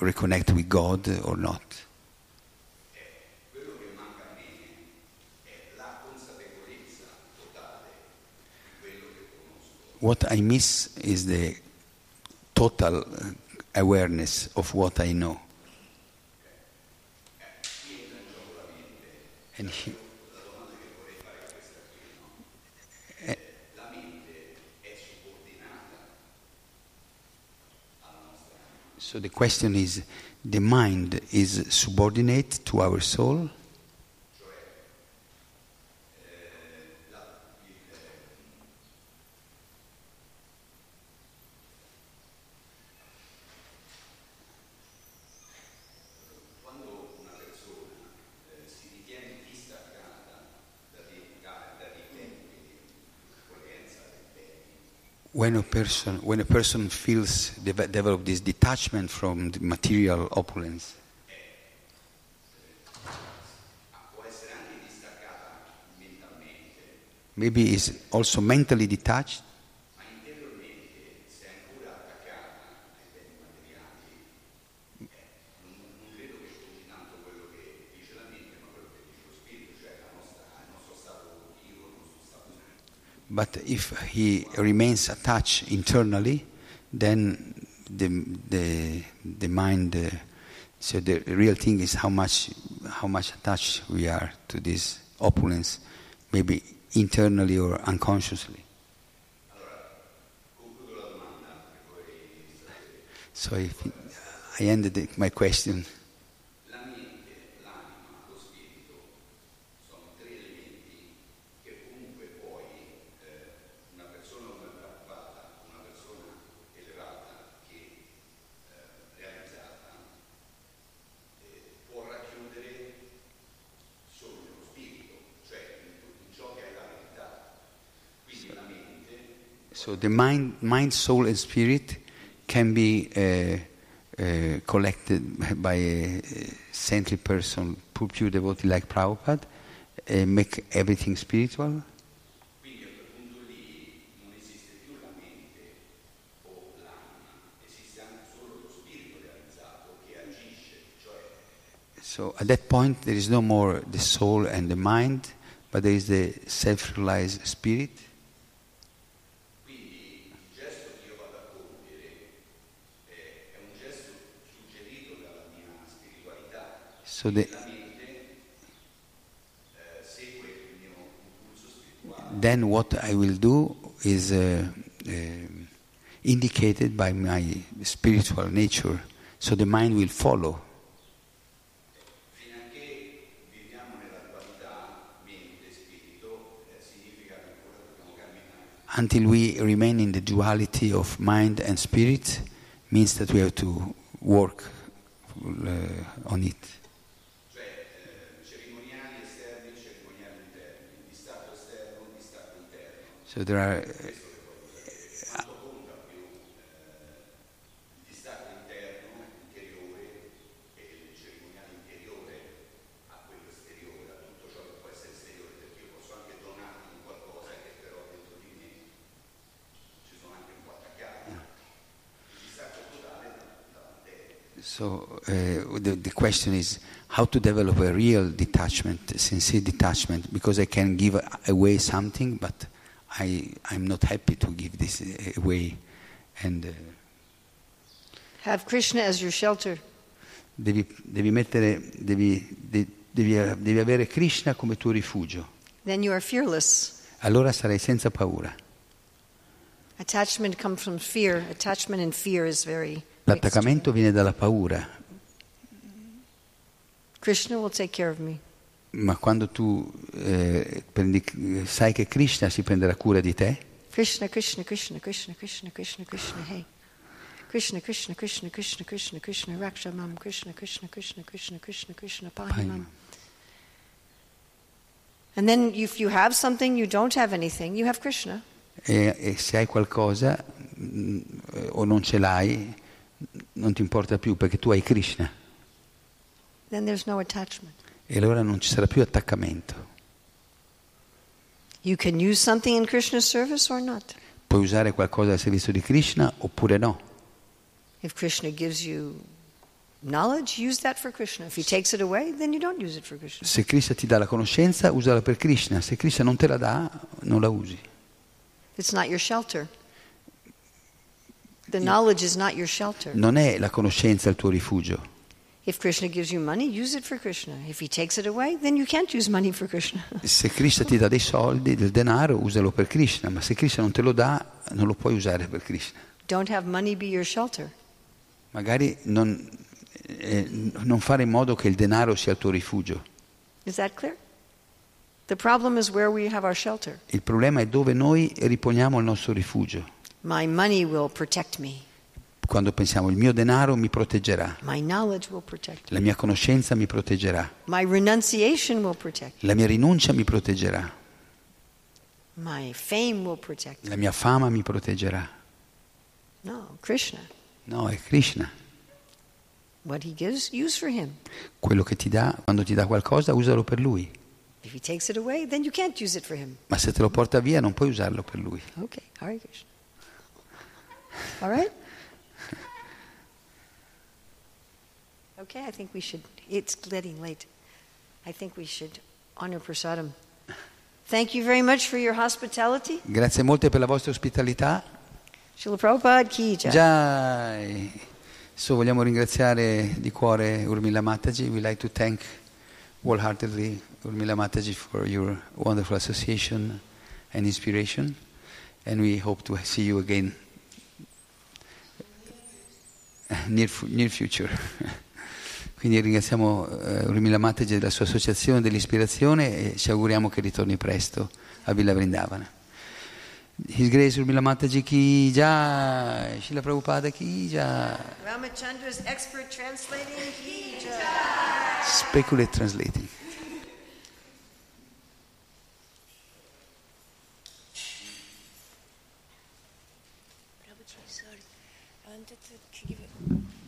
B: reconnect with God or not. What I miss is the total uh, awareness of what I know. And he- Eh. So the question is, the mind is subordinate to our soul? When a person, when a person feels deve- develop this detachment from the material opulence, maybe is also mentally detached. But if he remains attached internally, then the the the mind. Uh, so the real thing is how much how much attached we are to this opulence, maybe internally or unconsciously. So if I ended it- my question. So the mind, mind, soul, and spirit can be uh, uh, collected by a saintly person, pure, pure devotee like Prabhupada, and make everything spiritual. So at that point, there is no more the soul and the mind, but there is the self-realized spirit. So the, then what I will do is uh, uh, indicated by my spiritual nature, so the mind will follow. Until we remain in the duality of mind and spirit, means that we have to work uh, on it. So there are. So uh, the, the question is how to develop a real detachment, sincere detachment, because I can give away something, but I, I'm not happy to give this uh, away. And eh,
A: Have Krishna as your shelter.
B: devi, devi mettere, devi, de- devi, devi avere Krishna come tuo rifugio.
A: Then you are fearless.
B: Allora sarai senza paura.
A: Attachment comes from fear. Attachment and fear is very. mixed.
B: L'attaccamento viene dalla paura,
A: Krishna will take care of me.
B: ma quando tu eh, prendi- sai che Krishna si prenderà cura di te,
A: Krishna, Krishna, Krishna, Krishna, Krishna, Krishna, Krishna, hey. Krishna, Krishna, Krishna, Krishna, Krishna, Krishna, Raksha Mam, Krishna, Krishna, Krishna, Krishna, Krishna, Krishna, Pahi
B: Pahimam.
A: Mam. And then if you have something, you don't have anything, you have Krishna.
B: e, e se hai qualcosa mm, eh, o non ce l'hai, non ti importa più perché tu hai Krishna
A: Then there's no attachment.
B: e allora non ci sarà più attaccamento.
A: You can use something in Krishna's service or not.
B: Puoi usare qualcosa al servizio di Krishna oppure no.
A: If Krishna gives you knowledge, use that for Krishna. If he takes it away, then you don't use it for Krishna.
B: Se Krishna ti dà la conoscenza, usala per Krishna. Se Krishna non te la dà, non la usi.
A: It's not your shelter. The knowledge is not your shelter.
B: Non è la conoscenza il tuo rifugio.
A: If Krishna gives you money, use it for Krishna. If he takes it away, then you can't use money for Krishna. (laughs)
B: Se Krishna ti dà dei soldi, del denaro, usalo per Krishna, ma se Krishna non te lo dà, non lo puoi usare per Krishna.
A: Don't have money be your shelter.
B: magari non, eh, non fare in modo che il denaro sia il tuo rifugio.
A: Is that clear? The problem is where we have our shelter.
B: Il problema è dove noi riponiamo il nostro rifugio.
A: My money will protect me.
B: Quando pensiamo il mio denaro mi proteggerà,
A: My knowledge will protect me.
B: la mia conoscenza mi proteggerà,
A: My renunciation will protect
B: la mia rinuncia mi proteggerà,
A: me. My fame will protect me.
B: la mia fama mi proteggerà.
A: No, Krishna.
B: No, è Krishna.
A: What he gives, use for him.
B: Quello che ti dà, quando ti dà qualcosa, usalo per lui.
A: If he takes it away, then you can't use it for him.
B: Ma se te lo porta via non puoi usarlo per lui.
A: Okay, Hare Krishna. All right? Okay, I think we should, it's getting late. I think we should honor prasadam. Thank you very much for your hospitality.
B: Grazie molte per la vostra ospitalità.
A: Srila Prabhupada ki jai.
B: Già, eh, so vogliamo ringraziare di cuore Urmila Mataji. We like to thank wholeheartedly Urmila Mataji for your wonderful association and inspiration. And we hope to see you again eh, near, fu- near future. (laughs) Quindi ringraziamo eh, Urmila Mataji della sua associazione dell'ispirazione e ci auguriamo che ritorni presto a Villa Vrindavana. His Grace Urmila Mataji ki jai, Srila Prabhupada ki jai.
A: Ramachandra's expert translating ki jai.
B: Speculate translating.
E: Prabhuji, sorry. I wanted to give